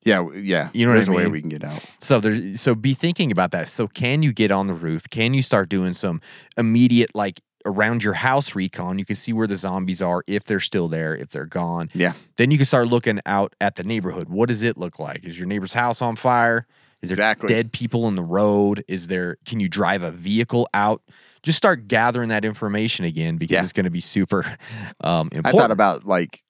D: Yeah. w- Yeah.
E: You know what I
D: There's a way
E: mean?
D: we can get out.
E: So there, so be thinking about that. So can you get on the roof? Can you start doing some immediate like around your house recon? You can see where the zombies are if they're still there, if they're gone.
D: Yeah.
E: Then you can start looking out at the neighborhood. What does it look like? Is your neighbor's house on fire? Is there
D: Exactly.
E: dead people in the road? Is there can you drive a vehicle out? Just start gathering that information again because
D: Yeah.
E: it's going to be super um, important.
D: I thought about like,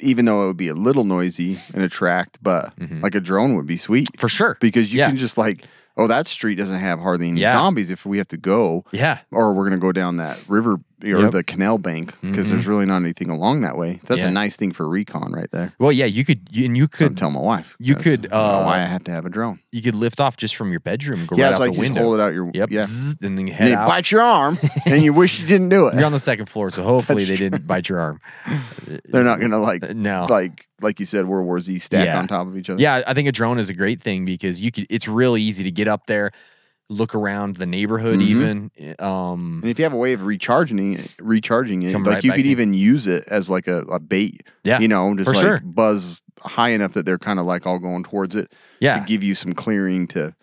D: even though it would be a little noisy and attract, but like a drone would be sweet
E: for sure
D: because you
E: Mm-hmm. Yeah.
D: can just like, oh, that street doesn't have hardly any
E: Yeah.
D: zombies if we have to go.
E: yeah
D: Or we're going to go down that river or
E: Yep. Mm-hmm.
D: the canal bank because there's really not anything along that way. That's
E: Yeah.
D: a nice thing for recon right there.
E: well yeah you could you, and you
D: So I'm
E: could
D: telling my wife.
E: you
D: that's
E: could, uh,
D: why I have to have a drone.
E: you could lift off just from your bedroom go
D: Yeah,
E: right
D: it's
E: out
D: like
E: the
D: you just
E: window
D: hold it out your-
E: yep
D: yeah.
E: zzz, and then you
D: And
E: head
D: they
E: out
D: bite your
E: (laughs)
D: arm and you wish you didn't do it.
E: you're on the second floor so hopefully
D: That's
E: they
D: true.
E: didn't bite your arm
D: (laughs) They're not gonna like
E: (laughs) no.
D: like like you said, World War Z stacked
E: Yeah.
D: on top of each other.
E: Yeah, I think a drone is a great thing because you could. It's really easy to get up there, look around the neighborhood,
D: Mm-hmm.
E: even. Um,
D: And if you have a way of recharging it, recharging it,
E: Come
D: like
E: right
D: you
E: back
D: could
E: in.
D: even use it as like a, a bait.
E: Yeah,
D: You know, just
E: for
D: like
E: sure.
D: buzz high enough that they're kind of like all going towards it.
E: Yeah.
D: To give you some clearing
E: (laughs)
D: to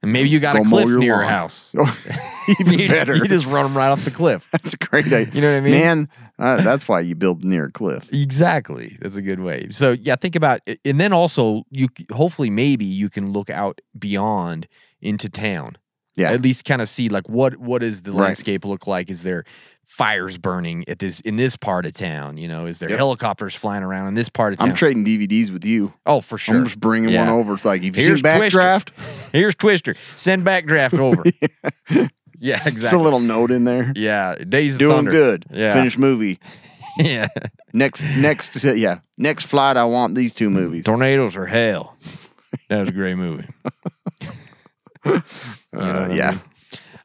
D: (laughs)
E: and maybe you got
D: go
E: a
D: mow
E: cliff
D: your
E: near your
D: lawn.
E: house.
D: (laughs) even
E: (laughs) you,
D: better.
E: Just, you just run them right off the cliff.
D: (laughs) that's a great idea.
E: (laughs) You know what I mean?
D: Man, uh, that's why you build near a cliff.
E: Exactly. That's a good way. So yeah, think about it. and then also you c- hopefully maybe you can look out beyond into town.
D: Yeah.
E: At least kind of see like what what does the
D: Right.
E: landscape look like? Is there fires burning at this in this part of town? You know, is there
D: Yep.
E: helicopters flying around in this part of town?
D: I'm trading DVDs with you.
E: oh, for sure.
D: I'm just bringing
E: Yeah.
D: one over. It's like, you've
E: Here's
D: seen Backdraft?
E: Twister. (laughs) Here's Twister. Send
D: (laughs)
E: Backdraft over. yeah, exactly.
D: Just a little note in there.
E: yeah, Days of
D: Doing
E: Thunder.
D: good.
E: Yeah,
D: Finished movie.
E: (laughs) yeah.
D: Next, next, yeah. Next flight, I want these
E: Mm,
D: two movies.
E: Tornadoes are hell. That was a great movie.
D: Uh, yeah.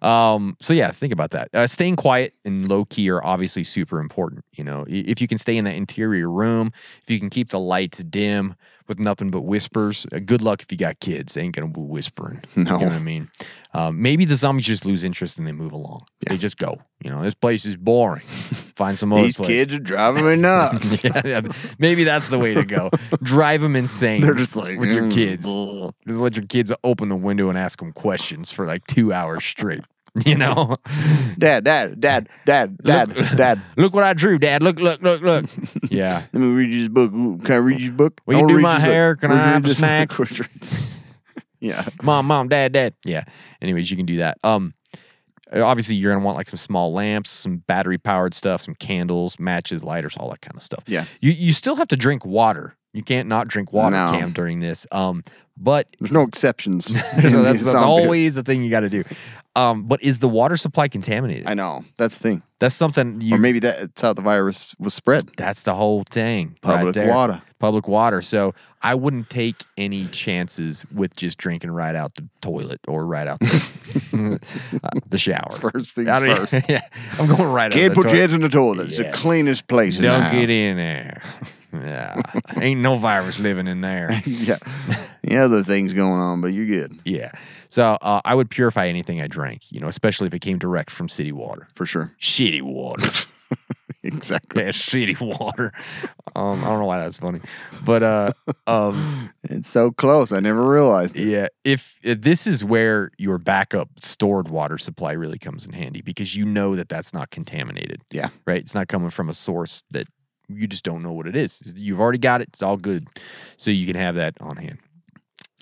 E: Um, so yeah, think about that. Uh, staying quiet and low key are obviously super important. You know, I- if you can stay in that interior room, if you can keep the lights dim with nothing but whispers. Uh, good luck if you got kids; they ain't gonna
D: (laughs)
E: be whispering.
D: No.
E: you know what I mean. Um, maybe the zombies just lose interest and they move along. They just go. You know, this place is boring.
D: (laughs)
E: Find some other
D: These
E: place.
D: kids are driving me
E: (laughs)
D: nuts.
E: yeah, yeah. Maybe that's the way to go. Drive them insane.
D: They're just like,
E: with your
D: "Mm,
E: kids.
D: bleh."
E: Just let your kids open the window and ask them questions for like two hours straight. (laughs) You know,
D: Dad, dad, dad, dad, dad,
E: (laughs)
D: dad.
E: look what I drew, Dad. Look, look,
D: (laughs)
E: look, look. yeah,
D: Let me read you this book. Ooh, Can I read you this book?
E: Will you
D: I wanna
E: do
D: read
E: my
D: this book.
E: hair? Can
D: (laughs) Read
E: I
D: you
E: have a
D: this
E: snack?
D: book. yeah.
E: mom, mom, dad, dad. Yeah. Anyways, you can do that. Um, obviously you're gonna want like some small lamps, some battery powered stuff, some candles, matches, lighters, all that kind of stuff.
D: Yeah.
E: You you still have to drink water. You can't not drink water,
D: No.
E: Cam, during this. Um, but
D: There's no
E: (laughs)
D: exceptions. (laughs)
E: There's
D: in these
E: a- that's, that's
D: zombie-
E: always the thing you got to do. Um, but is the water supply contaminated?
D: I know. That's the thing.
E: That's something you.
D: or maybe that- that's how the virus was spread. (laughs)
E: that's the whole thing.
D: Public
E: there.
D: water.
E: Public water. So I wouldn't take any chances with just drinking right out the toilet or right out the,
D: (laughs)
E: (laughs) uh, the shower.
D: First things
E: I don't-
D: first.
E: (laughs) yeah, I'm going right
D: Kid,
E: out the
D: put your
E: toilet.
D: heads in the toilet. It's
E: Yeah.
D: the cleanest place in the
E: Don't
D: house.
E: get in there. Yeah, ain't no virus living
D: (laughs)
E: in there.
D: (laughs) Yeah. yeah, other things going on, but you're good.
E: Yeah. So uh, I would purify anything I drank. You know, especially if it came direct from city water.
D: For sure. (laughs)
E: Shitty water. (laughs)
D: Exactly.
E: that shitty water. Um, I don't know why that's funny, but uh, um,
D: It's so close. I never realized it.
E: yeah, if, if this is where your backup stored water supply really comes in handy because you know that that's not contaminated,
D: Yeah.
E: right? It's not coming from a source that you just don't know what it is. You've already got it; it's all good, so you can have that on hand.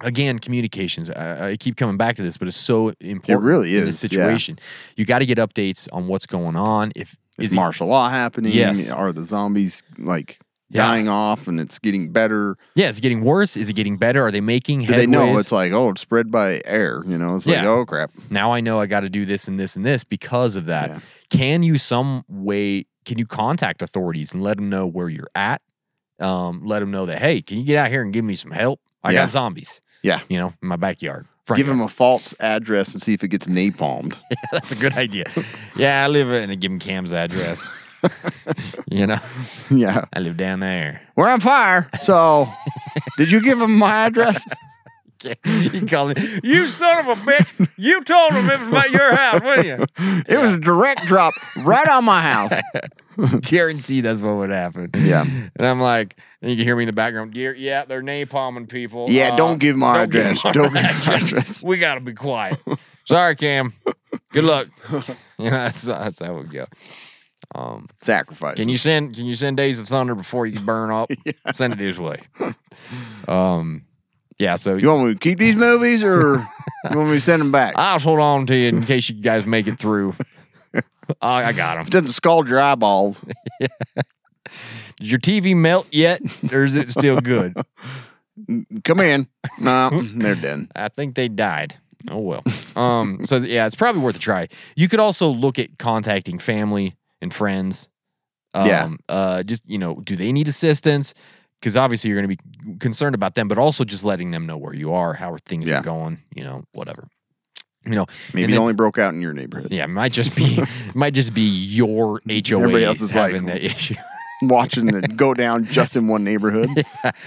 E: Again, communications. I, I keep coming back to this, but it's so important.
D: really
E: in
D: is,
E: this
D: yeah.
E: situation. You got to get updates on what's going on. If
D: Is
E: it-
D: martial law happening?
E: Yes.
D: Are the zombies like
E: Yeah.
D: dying off and it's getting better?
E: Yeah, is it getting worse? Is it getting better? Are they making
D: Do they know
E: headways?
D: it's like, oh, it's spread by air? You know, it's like,
E: Yeah.
D: oh, crap.
E: now I know I got to do this and this and this because of that.
D: Yeah.
E: Can you some way? Can you contact authorities and let them know where you're at? Um, let them know that hey, can you get out here and give me some help? I
D: Yeah.
E: got zombies,
D: Yeah.
E: you know, in my backyard.
D: Give
E: Frankly,
D: them a false address and see if it gets napalmed.
E: (laughs)
D: (laughs)
E: that's a good idea. yeah, I live in and give them Cam's
D: (laughs)
E: address. you know,
D: yeah.
E: I live down there. (laughs)
D: We're on fire. So, did you give them my
E: (laughs)
D: address?
E: He called me, you son of a bitch. You told him it was about your house, wouldn't you?
D: It was a direct drop right on my
E: (laughs)
D: house.
E: guarantee that's what would happen.
D: Yeah.
E: And I'm like, and you can hear me in the background. "Yeah, Yeah, they're napalming people.
D: Yeah,
E: Uh,
D: don't give my
E: don't give
D: address.
E: them our (laughs)
D: don't give my address.
E: we gotta be quiet. Sorry, Cam.
D: (laughs)
E: Good luck. You know, that's, that's how we go.
D: Sacrifice.
E: Can you
D: (laughs)
E: send Can you send Days of Thunder before you burn up? Send it his way. Um, Yeah, so
D: You want me to keep these movies
E: (laughs)
D: or you want me to send them back?
E: I'll hold on to you in case you guys make it
D: (laughs)
E: through. I, I got them.
D: It doesn't scald your eyeballs.
E: Does your TV melt yet, or is it still good?
D: Come in.
E: (laughs)
D: No, they're done.
E: I think they died. Oh well. Um. So yeah, it's probably worth a try. You could also look at contacting family and friends. Um,
D: Yeah.
E: Uh. Just you know, do they need assistance? Because obviously you're going to be concerned about them, but also just letting them know where you are, how things
D: Yeah.
E: are going. You know, whatever. You know,
D: Maybe
E: and
D: it
E: then-
D: only broke out in your neighborhood.
E: Yeah, it might just be
D: (laughs)
E: it might just be your
D: Everybody else
E: HOA
D: is
E: having
D: like-
E: that issue. (laughs)
D: Watching it go down just in one neighborhood.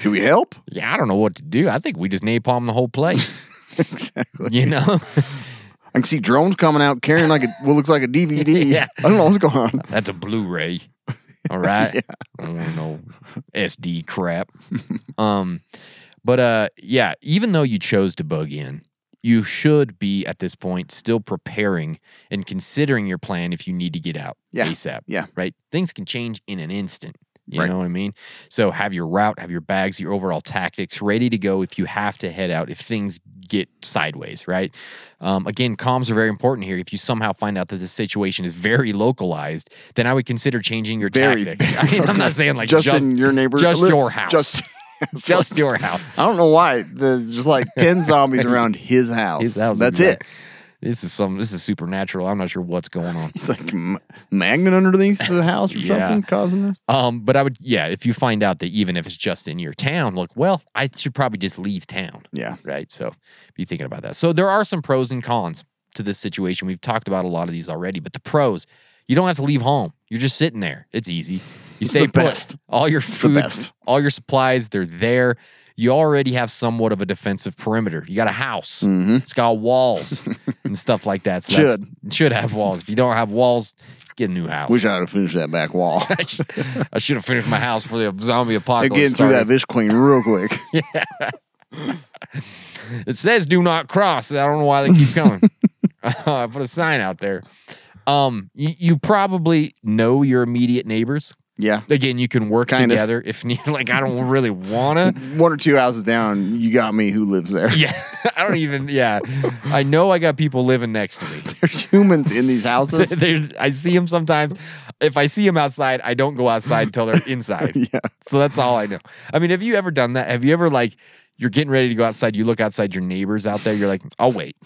D: Should we help?
E: (laughs) Yeah, I don't know what to do. I think we just napalm the whole place.
D: exactly. (laughs)
E: You know,
D: I can see drones coming out carrying like a, what looks like a DVD.
E: (laughs) Yeah.
D: I don't know what's going
E: (laughs)
D: on.
E: that's a Blu-ray. All right, I don't want no SD crap. Um, but uh, yeah, even though you chose to bug in, you should be at this point still preparing and considering your plan if you need to get out
D: Yeah,
E: ASAP.
D: yeah.
E: right. Things can change in an instant. You
D: Right.
E: know what I mean? So have your route, have your bags, your overall tactics ready to go if you have to head out, if things get sideways, right? Um, again, comms are very important here. If you somehow find out that the situation is very localized, then I would consider changing your
D: Very,
E: tactics. (laughs) I mean, I'm not saying like
D: just,
E: just,
D: in your neighborhood.
E: just your house.
D: Just, (laughs) it's
E: (laughs) just
D: like-
E: your house.
D: I don't know why. There's just like
E: (laughs)
D: 10 zombies around his house.
E: His house is
D: That's
E: like-
D: it.
E: This is some. This is supernatural. I'm not sure what's going on.
D: He's like m- magnet underneath the house or
E: (laughs) Yeah.
D: something causing this.
E: Um, but I would, yeah. If you find out that even if it's just in your town, look, well, I should probably just leave town.
D: Yeah.
E: right? So be thinking about that. So there are some pros and cons to this situation. We've talked about a lot of these already, but the pros, you don't have to leave home. You're just sitting there. It's easy. You
D: It's
E: stay
D: the
E: put.
D: best.
E: All your
D: the
E: food,
D: best.
E: all your supplies, they're there. You already have somewhat of a defensive perimeter. You got a house.
D: Mm-hmm.
E: It's
D: (laughs)
E: got walls and stuff like that. So that's- should have walls. If you don't have walls, get a new house.
D: Wish I'd have finished that back (laughs)
E: (laughs)
D: wall.
E: I should have finished my house before the zombie
D: I'm
E: apocalypse.
D: getting through that
E: started.
D: fish queen real
E: (laughs)
D: quick.
E: It says do not cross. I don't know why they
D: (laughs)
E: keep coming. I put a sign out there. Um, you, you probably know your immediate neighbors.
D: yeah.
E: Again, you can work
D: Kinda.
E: together if (laughs) need. Like I don't really wanna.
D: (laughs) One or two houses down, you got me who lives there. (laughs)
E: Yeah, (laughs) I don't even. Yeah, I know I got people living next to me.
D: There's humans in these houses. (laughs)
E: (laughs) There's, I see them sometimes. If I see them outside, I don't go outside
D: (laughs)
E: until they're inside.
D: Yeah.
E: So that's all I know. I mean, have you ever done that? Have you ever like you're getting ready to go outside, you look outside your neighbors out there, you're like,
D: (laughs)
E: I'll wait.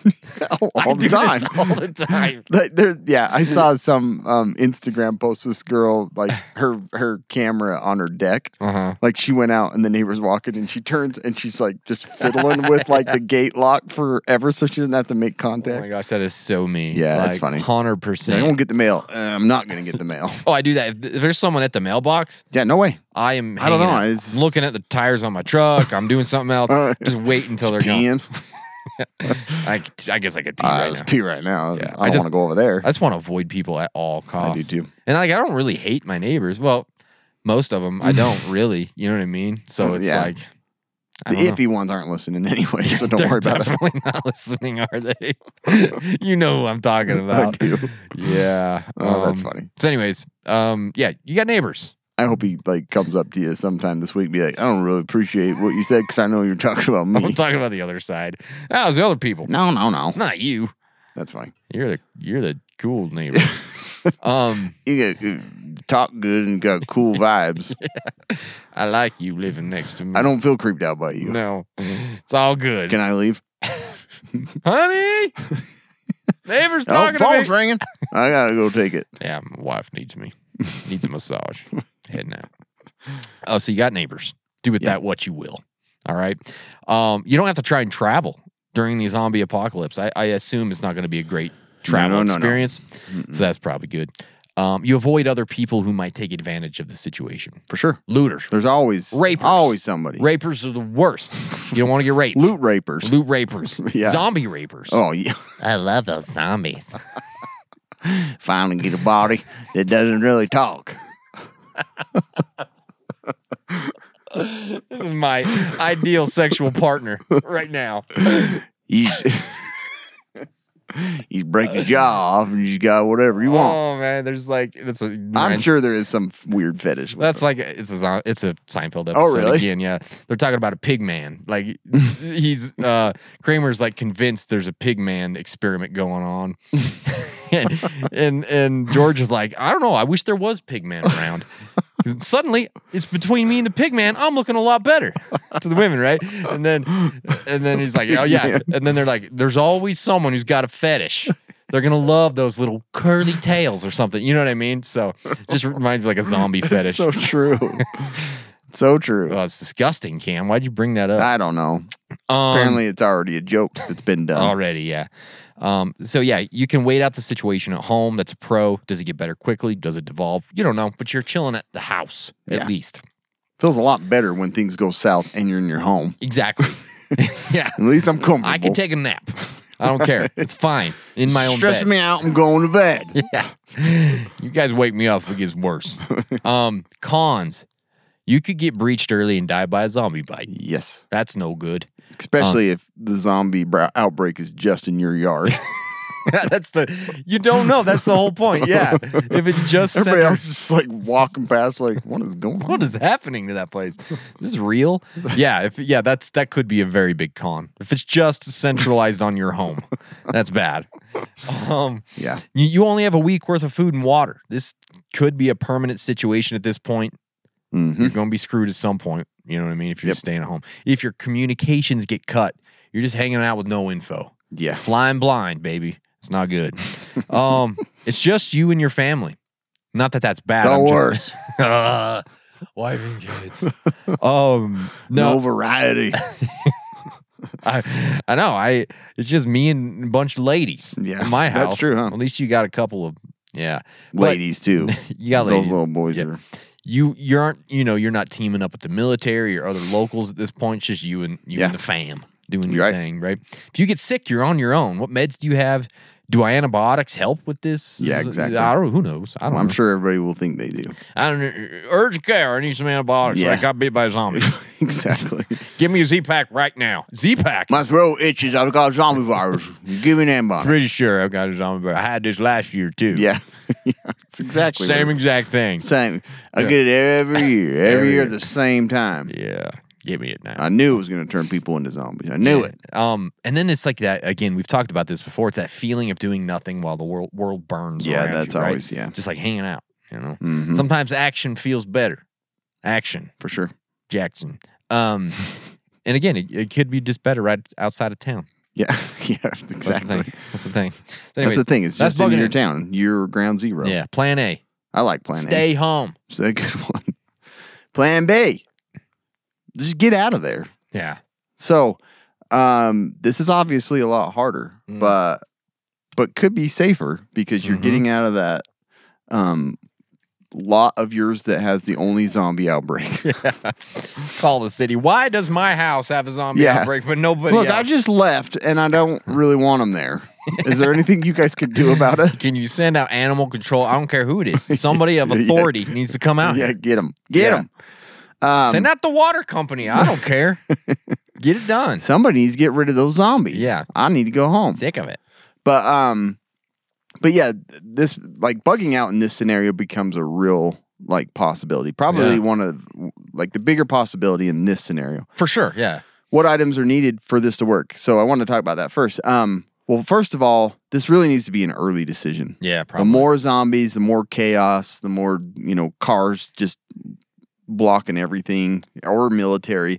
D: all,
E: I
D: all the
E: do this
D: time.
E: all the time.
D: (laughs) Like, there, yeah, I
E: (laughs)
D: saw some um, Instagram post. This girl, like her her camera on her deck,
E: Uh-huh.
D: like she went out and the neighbor's walking, and she turns and she's like just fiddling with like
E: (laughs)
D: the gate lock forever, so she doesn't have to make
E: Oh
D: contact.
E: my gosh, that is so me.
D: Yeah, that's funny.
E: Hundred
D: I won't
E: percent.
D: get the mail. Uh, I'm not gonna get the
E: (laughs)
D: mail.
E: Oh, I do that. If if there's someone at the mailbox,
D: Yeah, no way.
E: I am.
D: I don't
E: hanging
D: know,
E: out.
D: it's-
E: I'm looking at the tires on my truck. I'm doing
D: (laughs)
E: something else.
D: Uh,
E: just wait until they're gone.
D: Peeing.
E: (laughs) I, c- I guess I could pee
D: Uh,
E: right
D: let's
E: now.
D: pee right now.
E: Yeah, I
D: I don't
E: just-
D: want to go over there.
E: I just want to avoid people at all costs.
D: too.
E: And like, I don't really hate my neighbors. Well, most
D: (laughs)
E: of them, I don't really. You know what I mean?
D: Uh,
E: So it's
D: yeah.
E: like I
D: The
E: don't know.
D: iffy ones aren't listening (laughs) anyway,
E: (laughs)
D: so don't
E: They're
D: worry about it.
E: definitely not listening, are they? (laughs) you know who I'm
D: (laughs) (laughs)
E: talking
D: I
E: about.
D: do.
E: Yeah.
D: Oh, that's
E: um,
D: funny.
E: So, anyways, um, yeah, you got neighbors.
D: I hope he like comes up to you sometime this week and be like, I don't really appreciate what you said because I know you're talking about
E: (laughs) I'm
D: (laughs) me.
E: talking about the other side. That was the other people,
D: No, no, no.
E: not you.
D: That's fine.
E: You're the you're the cool
D: (laughs)
E: neighbor. um,
D: You got, uh, talk good and got
E: (laughs)
D: cool vibes.
E: I like you living next to me.
D: I don't feel creeped out by you.
E: No, it's all good,
D: Can I leave?
E: honey.
D: (laughs)
E: Neighbors
D: Oh,
E: talking
D: phone's
E: to me.
D: ringing. I gotta go take it.
E: Yeah, my wife
D: (laughs)
E: needs me. Needs a massage. Heading out. Oh, so you got neighbors. Do with that what you will. All right. Um, you don't have to try and travel during the zombie apocalypse. I, I assume it's not going to be a great travel
D: no, no, no.
E: experience. So that's probably good. Um, you avoid other people who might take advantage of the situation.
D: For sure.
E: Looters.
D: There's always
E: (laughs) Rapers.
D: always somebody.
E: Rapers are the worst. You don't want to get raped.
D: Loot rapers.
E: Loot rapers.
D: (laughs) Yeah.
E: Zombie rapers.
D: Oh yeah. (laughs)
E: I love those zombies.
D: Finally get a body that doesn't really talk.
E: this is my
D: (laughs)
E: ideal sexual partner right now.
D: You (laughs) you break your jaw off and you got whatever you want.
E: Oh man, there's like that's a
D: I'm
E: Ryan-
D: sure there is some f- weird fetish. With
E: Oh, That's
D: them.
E: like it's a it's a Seinfeld episode
D: Oh, really?
E: again. Yeah, they're talking about a pig man. Like he's uh Kramer's like convinced there's a pig man experiment going on, and, and and George is like, I don't know. I wish there was pig man around. 'Cause Suddenly, it's between me and the pig man. I'm looking a lot better to the women, right? And then, and then he's like, "Oh yeah." And then they're like, "There's always someone who's got a fetish. They're gonna love those little curly tails or something." You know what I mean? So, just reminds me like a zombie fetish.
D: so
E: (laughs)
D: true. so true.
E: Oh, it's disgusting, Cam. Why'd you bring that up?
D: I don't know.
E: Um,
D: Apparently, it's already a joke that's been done.
E: already, yeah. Um, so yeah, you can wait out the situation at home. That's a pro. Does it get better quickly? Does it devolve? You don't know, but you're chilling at the house
D: Yeah.
E: at least.
D: Feels a lot better when things go south and you're in your home.
E: (laughs) Exactly. yeah,
D: At least I'm comfortable.
E: I can take a nap. I don't (laughs) care. It's fine in my own
D: Stress
E: bed. (laughs)
D: me out. I'm going to bed.
E: You guys wake me up. It gets (laughs) worse. um, cons: you could get breached early and die by a zombie bite.
D: yes,
E: That's no good.
D: especially
E: Uh.
D: if the zombie bro- outbreak is just in your yard.
E: (laughs) That's the you don't know. That's the whole point. Yeah, (laughs) if it's just
D: Everybody
E: center-
D: else is just like
E: (laughs)
D: walking past, like, what is going on?
E: what is happening to that place? This is real. Yeah, if yeah, that's that could be a very big con. If it's just centralized on your home, that's bad. Um,
D: yeah,
E: you, you only have a week worth of food and water. This could be a permanent situation at this point.
D: Mhm.
E: You're going to be screwed at some point. You know what I mean? If you're
D: Yep.
E: just staying at home, if your communications get cut, you're just hanging out with no info.
D: yeah.
E: Flying blind, baby. It's
D: (laughs)
E: not good. um, it's just you and your family. Not that that's bad.
D: The
E: I'm just-
D: worst.
E: (laughs) uh, wife and kids. um, no,
D: no
E: (laughs)
D: variety.
E: I, I know. I it's just me and a bunch of ladies.
D: Yeah,
E: in my
D: that's
E: house.
D: true, huh?
E: At least you got a couple of yeah, But
D: (laughs) ladies too.
E: you got
D: Those
E: ladies.
D: little boys
E: (laughs) Yeah.
D: are
E: you you aren't you know you're not teaming up with the military or other locals at this point. It's just you and you
D: Yeah.
E: and the fam doing
D: You're
E: your
D: right.
E: thing, right? If you get sick, you're on your own. What meds do you have? Do antibiotics help with this?
D: Yeah, exactly.
E: I don't. Who knows? I don't.
D: I'm
E: know.
D: sure everybody will think they
E: (laughs)
D: do. (laughs)
E: I don't. know. Urgent care. I need some antibiotics.
D: Yeah.
E: I got bit by
D: (laughs)
E: a zombie.
D: exactly.
E: Give me a Z pack right now. Z pack.
D: My throat itches. I've got zombie virus. Give me an antibiotic.
E: Pretty sure I've got a zombie. But I had this last year too.
D: Yeah. (laughs) yeah, it's exactly
E: Same
D: what-
E: exact thing.
D: same. I get it every
E: (laughs)
D: year, every, year at the same time.
E: Yeah. Give me it now.
D: I knew it was going to turn people into zombies. I knew it.
E: Um, and then it's like that again. We've talked about this before. It's that feeling of doing nothing while the world world burns.
D: Yeah,
E: around
D: that's
E: you, right?
D: always- yeah.
E: Just like hanging out. You know.
D: Mhm.
E: Sometimes action feels better. Action,
D: for sure.
E: Jackson.
D: (laughs)
E: Um, and again, it, it could be just better right outside of town.
D: Yeah, (laughs) yeah,
E: That's
D: exactly.
E: the thing. That's the thing. So
D: (laughs) That's
E: anyways,
D: the thing. It's
E: that's
D: just in
E: bugging
D: your
E: it.
D: town. You're ground zero.
E: Yeah. Plan A.
D: I like Plan A.
E: Stay home.
D: It's a good (laughs) one. Plan B. Just get out of there.
E: Yeah.
D: So, um, this is obviously a lot harder,
E: Mm.
D: but but could be safer because you're
E: Mhm.
D: getting out of that um lot of yours that has the only zombie
E: (laughs)
D: outbreak.
E: Call the city. Why does my house have a zombie
D: Yeah.
E: outbreak, but nobody?
D: Look,
E: else?
D: I just left and I
E: (laughs)
D: don't really want them there. Is there anything you guys could do about it?
E: Can you send out animal control? I don't care who it is.
D: (laughs)
E: Somebody of
D: Yeah.
E: authority needs to come out.
D: Yeah,
E: here.
D: get them. Get
E: Yeah.
D: them.
E: send out the water company. I don't (laughs) care. Get it done.
D: Somebody needs to get rid of those zombies.
E: Yeah.
D: I need to go home.
E: Sick of it.
D: But um, but yeah, this like bugging out in this scenario becomes a real like possibility. Probably
E: Yeah.
D: one of like the bigger possibility in this scenario.
E: For sure. Yeah.
D: What items are needed for this to work? So I want to talk about that first. Um, well, first of all, this really needs to be an early decision.
E: Yeah,
D: The
E: probably.
D: more zombies, the more chaos, the more you know cars just blocking everything or military.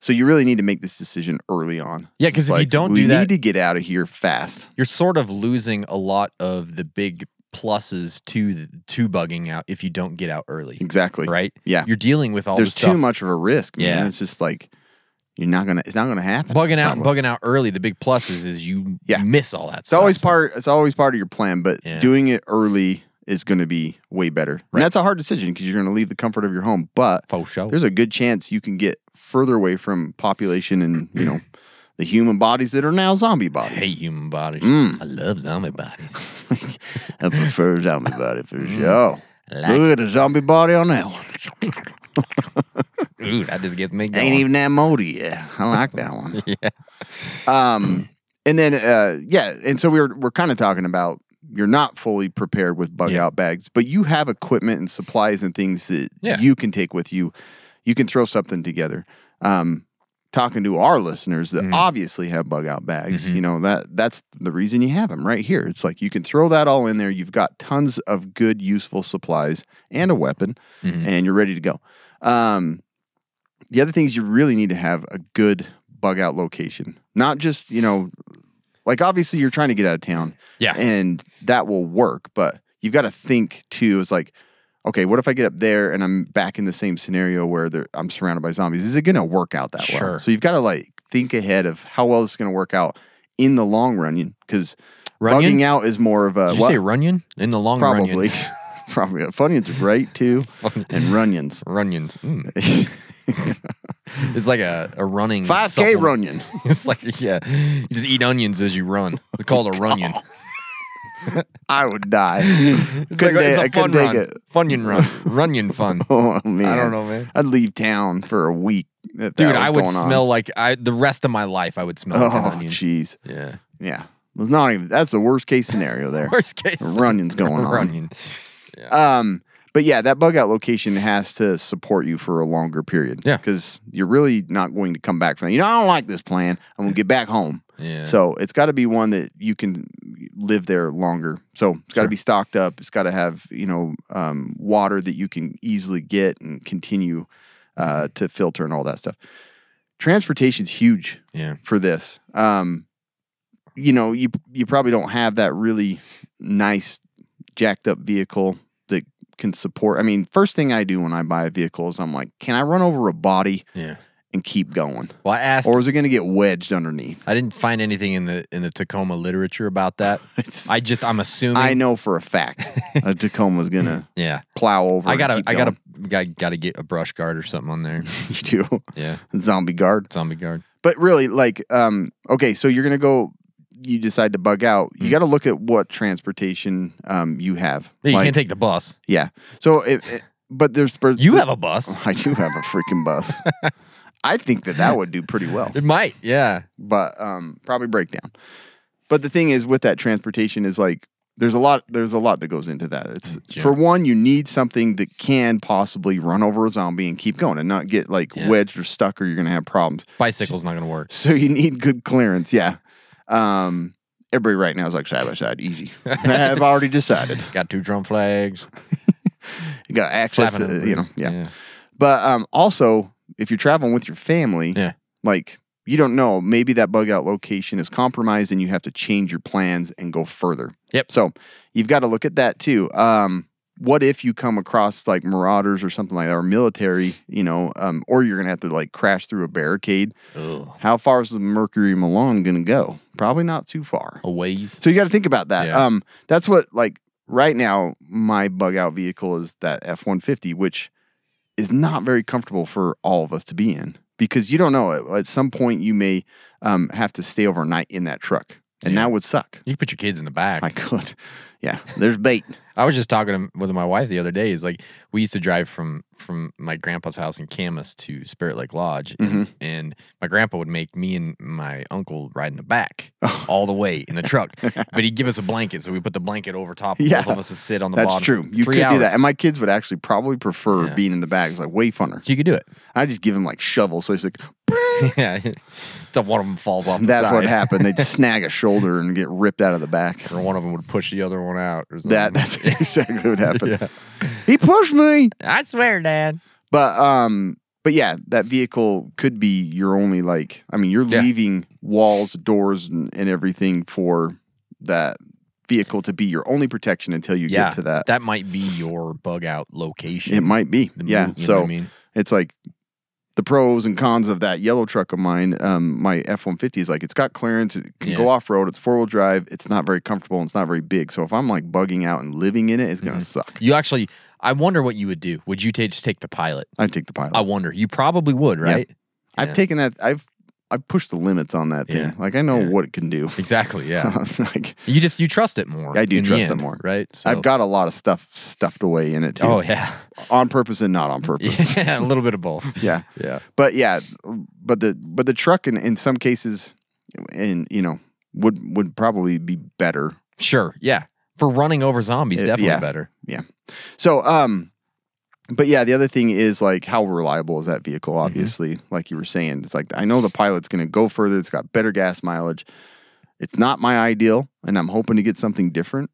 D: So you really need to make this decision early on.
E: Yeah,
D: It's
E: 'cause if you don't
D: we
E: do that-
D: need to get out of here fast.
E: You're sort of losing a lot of the big pluses to the, to bugging out if you don't get out early.
D: Exactly.
E: Right?
D: Yeah.
E: You're dealing with all
D: there's
E: the stuff.
D: too much of a risk, man.
E: Yeah.
D: It's just like you're not gonna. It's not gonna happen.
E: Bugging out and
D: Probably.
E: bugging out early, the big pluses is you
D: Yeah.
E: miss all that
D: It's
E: stuff.
D: always part. It's always part of your plan, but
E: Yeah.
D: doing it early is going to be way better.
E: Right.
D: And that's a hard decision because you're going to leave the comfort of your home, but
E: For sure.
D: there's a good chance you can get further away from population and you
E: (clears throat)
D: know the human bodies that are now zombie
E: I
D: bodies.
E: hate human bodies. I love zombie (laughs) bodies.
D: (laughs) I prefer zombie body for sure.
E: Mm. Like-
D: Look at a zombie body on that one.
E: Ooh, that just gets me going. (laughs)
D: Ain't even that moldy yet. I like that one. Um, And then uh yeah, and so we were we're kind of talking about you're not fully prepared with bug
E: Yeah.
D: out bags, but you have equipment and supplies and things that
E: Yeah.
D: you can take with you. You can throw something together. Um talking to our listeners
E: Mm-hmm.
D: that obviously have bug out bags, you know, that that's the reason you have them right here. It's like you can throw that all in there. You've got tons of good useful supplies and a weapon
E: Mm.
D: and you're ready to go. Um the other thing is you really need to have a good bug out location, not just you know, like obviously you're trying to get out of town,
E: Yeah.
D: and that will work, but you've got to think too. It's like, okay, what if I get up there and I'm back in the same scenario where there, I'm surrounded by zombies? Is it going to work out that
E: Sure.
D: well? So you've got to like think ahead of how well it's going to work out in the long run, because
E: Runyon?
D: bugging out is more of a
E: Did you
D: well,
E: say Runyon? In the long run?
D: probably. (laughs) Probably Funyuns are great
E: (laughs)
D: too, and Runyons.
E: Runyons.
D: (laughs)
E: Mm. it's like a, a running
D: 5K
E: supplement.
D: Runyon.
E: (laughs) It's like yeah, you just eat onions as you run. It's
D: (laughs)
E: called a runyon.
D: I would die.
E: (laughs) It's
D: Couldn't
E: like
D: take-
E: it's
D: I
E: a fun
D: couldn't take
E: run,
D: it.
E: funyon
D: (laughs)
E: run, runyon fun.
D: Oh man,
E: don't know, man.
D: I'd leave town for a week. if that
E: Dude,
D: was
E: I would
D: going on.
E: smell like I the rest of my life. I would smell like
D: (laughs)
E: an
D: Oh
E: onion.
D: jeez,
E: Yeah,
D: yeah. It's not even. That's the worst case scenario there.
E: (laughs) worst case
D: Runyon's going on.
E: Runyon.
D: Um, but yeah, that bug out location has to support you for a longer period.
E: Yeah.
D: because you're really not going to come back from. it. You know, I don't like this plan. I'm gonna get back home.
E: Yeah.
D: So it's got to be one that you can live there longer. So it's got to be stocked up. It's got to have you know um, water that you can easily get and continue uh, to filter and all that stuff. Transportation's huge
E: Yeah.
D: for this. Um, you know, you you probably don't have that really nice jacked up vehicle that can support. I mean, first thing I do when I buy a vehicle is I'm like, can I run over a body
E: Yeah.
D: and keep going,
E: Well, I asked.
D: or is it going to get wedged underneath?
E: I didn't find anything in the in the Tacoma literature about that.
D: (laughs) It's-
E: I just I'm assuming.
D: I know for a fact a
E: (laughs)
D: Tacoma's gonna
E: Yeah.
D: plow over.
E: I
D: and
E: gotta
D: keep
E: I gotta
D: going. (laughs)
E: I gotta get a brush guard or something on there.
D: you do
E: Yeah.
D: zombie guard.
E: Zombie guard.
D: But really, like, um, okay, so you're gonna go. You decide to bug out. You got to look at what transportation um, you have.
E: Mm. Yeah, you
D: Like-
E: can't take the bus.
D: Yeah. So, it, it- but there's but
E: You have a bus.
D: (laughs) I do have a freaking bus.
E: (laughs)
D: I think that that would do pretty well,
E: It might. Yeah.
D: but um, probably breakdown. But the thing is, with that transportation, is like there's a lot. There's a lot that goes into that. It's
E: Yeah.
D: for one, you need something that can possibly run over a zombie and keep going, and not get like
E: Yeah.
D: wedged or stuck, or you're gonna have problems. (laughs)
E: Bicycle's not gonna work.
D: So you need good clearance. Yeah. Um, everybody right now is like side by side,
E: (laughs)
D: easy. (laughs) I've already decided.
E: Got two drum flags.
D: You got access,
E: flapping
D: to,
E: numbers.
D: uh, you know. Yeah. But um, also, if you're traveling with your family,
E: Yeah.
D: like you don't know, maybe that bug out location is compromised, and you have to change your plans and go further.
E: Yep.
D: So you've got to look at that too. Um, what if you come across like marauders or something like that, or military, you know, um, or you're gonna have to like crash through a barricade?
E: Ugh.
D: How far is the Mercury Milan gonna go? Probably not too far.
E: A ways.
D: So you got to think about that.
E: Yeah.
D: Um, that's what like right now my bug out vehicle is that F one fifty, which is not very comfortable for all of us to be in because you don't know at, at some point you may um, have to stay overnight in that truck, and that would suck.
E: You can put your kids in the
D: (laughs)
E: back.
D: I could, yeah. There's bait. (laughs)
E: I was just talking with my wife the other day. Is like we used to drive from from my grandpa's house in Camas to Spirit Lake Lodge,
D: Mm-hmm.
E: and, and my grandpa would make me and my uncle ride in
D: (laughs)
E: the back all the way in the truck. but he'd give us a blanket, so we put the blanket over top of
D: Yeah.
E: both of us to sit on the
D: That's
E: bottom.
D: true. You
E: Three
D: could
E: hours.
D: do that, and my kids would actually probably prefer
E: Yeah.
D: being in the back. It's like way funner.
E: So you could do it.
D: I just give him like shovel, so he's like. (laughs)
E: (laughs) yeah, until one of them falls off. The
D: That's what
E: side,
D: happened.
E: (laughs)
D: They'd snag a shoulder and get ripped out of the back.
E: Or one of them would push the other one out. Or something.
D: That that's (laughs) exactly what happened. He pushed me.
E: I swear, Dad.
D: But um but yeah, that vehicle could be your only like I mean, you're
E: Yeah.
D: leaving walls, doors and, and everything for that vehicle to be your only protection until you
E: yeah,
D: get to that.
E: That might be your bug out location.
D: it might be.
E: The
D: yeah.
E: mo- you know
D: so
E: what I mean?
D: it's like the pros and cons of that yellow truck of mine, um, my F one fifty is like it's got clearance, it can
E: Yeah.
D: go off road, it's four wheel drive, it's not very comfortable, and it's not very big. So if I'm like bugging out and living in it, it's gonna
E: Mm-hmm.
D: suck.
E: You actually, I wonder what you would do. Would you ta- just take the pilot?
D: I'd take the pilot.
E: I wonder. You probably would, right?
D: I've
E: Yeah.
D: taken that. I've I've pushed the limits on that thing.
E: Yeah.
D: Like I know
E: Yeah.
D: what it can do. (laughs)
E: Exactly. Yeah.
D: like
E: you just you trust it more.
D: I do
E: in the
D: trust it
E: end,
D: more.
E: right?
D: I've got a lot of stuff stuffed away in it too.
E: Oh yeah, (laughs)
D: on purpose and not on purpose.
E: yeah, a little bit of
D: (laughs)
E: both.
D: yeah,
E: Yeah.
D: But yeah, but the but the truck in in some cases, in you know would would probably be better.
E: Sure. Yeah. For running over zombies,
D: Uh,
E: definitely
D: yeah.
E: better.
D: Yeah. So um but yeah, the other thing is like how reliable is that vehicle obviously, like you were saying. It's like I know the pilot's going to go further, it's got better gas mileage. It's not my ideal and I'm hoping to get something different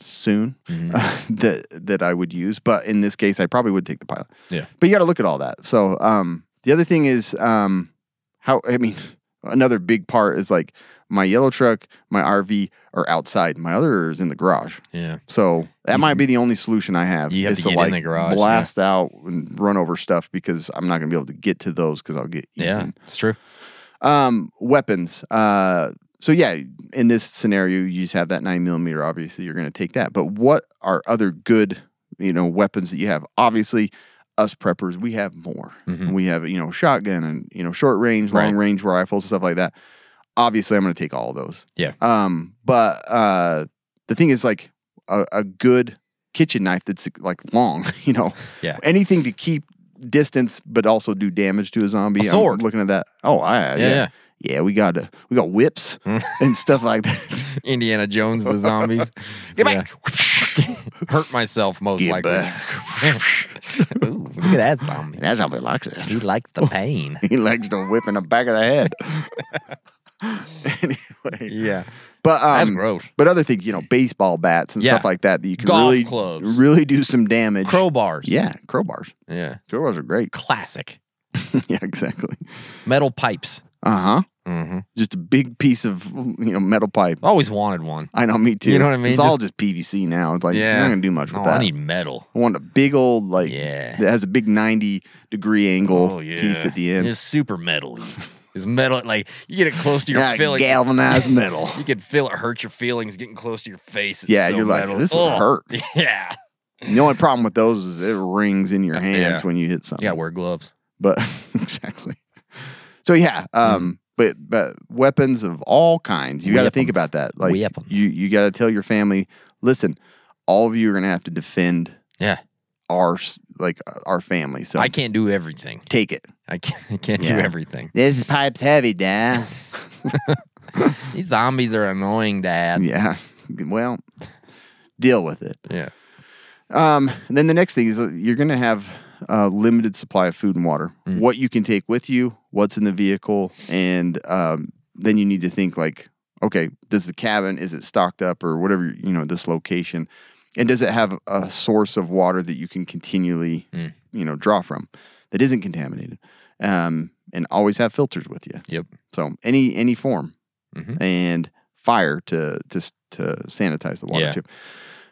D: soon (laughs) that that I would use, but in this case I probably would take the pilot.
E: Yeah.
D: But you got to look at all that. So um the other thing is um how I mean (laughs) another big part is like my yellow truck, my RV are outside. My other is in the garage.
E: Yeah.
D: So that might be the only solution I have.
E: You have
D: is
E: to get in
D: like
E: the garage,
D: blast out and run over stuff because I'm not going to be able to get to those because I'll get
E: Yeah.
D: eaten.
E: It's true.
D: Um, weapons. Uh, so yeah, in this scenario, you just have that nine millimeter. Obviously, you're going to take that. But what are other good, you know, weapons that you have? Obviously, us preppers, we have more. We have you know shotgun and you know short range, long
E: Mm-hmm. Right.
D: range rifles, stuff like that. Obviously, I'm going to take all of those.
E: Yeah.
D: Um, but uh, the thing is, like a, a good kitchen knife that's like long, (laughs) you know,
E: Yeah.
D: anything to keep distance but also do damage to a zombie.
E: A sword.
D: I'm looking at that. Oh, I yeah,
E: Yeah,
D: yeah. we got uh, we got
E: (laughs)
D: whips
E: Mm.
D: and stuff like that.
E: Indiana Jones, the zombies.
D: (laughs) Get back.
E: Yeah. (laughs) Hurt myself most
D: Get
E: likely. (laughs) Ooh, look at that zombie.
D: That's how he likes it.
E: He liked the pain.
D: (laughs) He likes to whip in the back of the
E: (laughs)
D: head. (laughs) anyway,
E: yeah.
D: but um,
E: That's gross.
D: But other things, you know, baseball bats and
E: Yeah.
D: stuff like that that you can
E: Golf
D: really
E: clubs.
D: really do some damage.
E: Crowbars.
D: Yeah, crowbars.
E: Yeah.
D: Crowbars are great. (laughs)
E: Classic.
D: yeah, exactly.
E: Metal pipes.
D: Uh huh.
E: Mm-hmm.
D: Just a big piece of you know metal pipe.
E: Always wanted one.
D: I know, me too.
E: You know what I mean?
D: It's all just PVC now. It's like
E: yeah.
D: you're not gonna do much with
E: No,
D: that.
E: Oh, I need metal.
D: I want a big old like
E: Yeah.
D: that has a big ninety degree angle Oh, piece at the end.
E: Oh, It's super metal. It's metal. Like you get it close to your
D: (laughs) Yeah,
E: feeling. (laughs)
D: galvanized metal.
E: You can feel it hurt your feelings getting close to your face. It's
D: Yeah,
E: so
D: you're like,
E: metal.
D: "This would
E: Ugh."
D: hurt."
E: (laughs) Yeah.
D: the only problem with those is it rings in your hands
E: Yeah.
D: when you hit something.
E: Yeah, wear gloves.
D: but (laughs) exactly. So yeah, um, but but weapons of all kinds. You got to think
E: Mm.
D: about
E: Weapons.
D: that. Like
E: Weapons.
D: you you got to tell your family, listen, all of you are gonna have to defend
E: Yeah.
D: our s- like our family. So
E: I can't do everything.
D: take it.
E: I can't, I can't
D: Yeah.
E: do everything.
D: This pipe's heavy,
E: (laughs)
D: Dad.
E: These zombies are annoying, Dad.
D: yeah. Well, deal with it.
E: Yeah.
D: Um, and then the next thing is uh, you're going to have a limited supply of food and water. What you can take with you, what's in the vehicle, and um, then you need to think like, okay, does the cabin is it stocked up or whatever you know this location, and does it have a source of water that you can continually
E: Hmm.
D: you know draw from that isn't contaminated, um, and always have filters with you.
E: Yep. Mm-hmm.
D: So any any form, and fire to to to sanitize the water
E: Yeah.
D: too.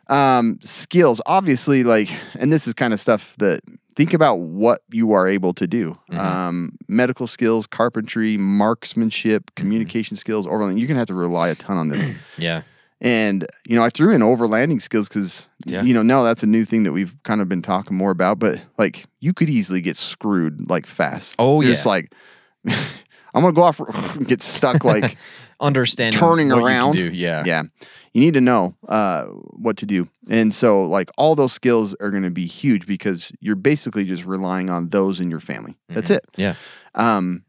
D: Um, skills, obviously, like, and this is kind of stuff that think about what you are able to do.
E: Mm-hmm.
D: Um, medical skills, carpentry, marksmanship,
E: Mm-hmm.
D: communication skills, overland. You're gonna have to rely a ton on this.
E: Yeah.
D: And you know, I threw in overlanding skills because
E: Yeah.
D: you know now that's a new thing that we've kind of been talking more about. But like, you could easily get screwed like fast.
E: Oh,
D: You're
E: yeah.
D: just like (laughs) I'm gonna go off, and (laughs) get stuck like
E: Understanding
D: turning
E: what you can
D: around.
E: do. (laughs) Yeah.
D: yeah. You need to know uh, what to do, and so like all those skills are going to be huge because you're basically just relying on those in your family. That's it.
E: Yeah.
D: Um,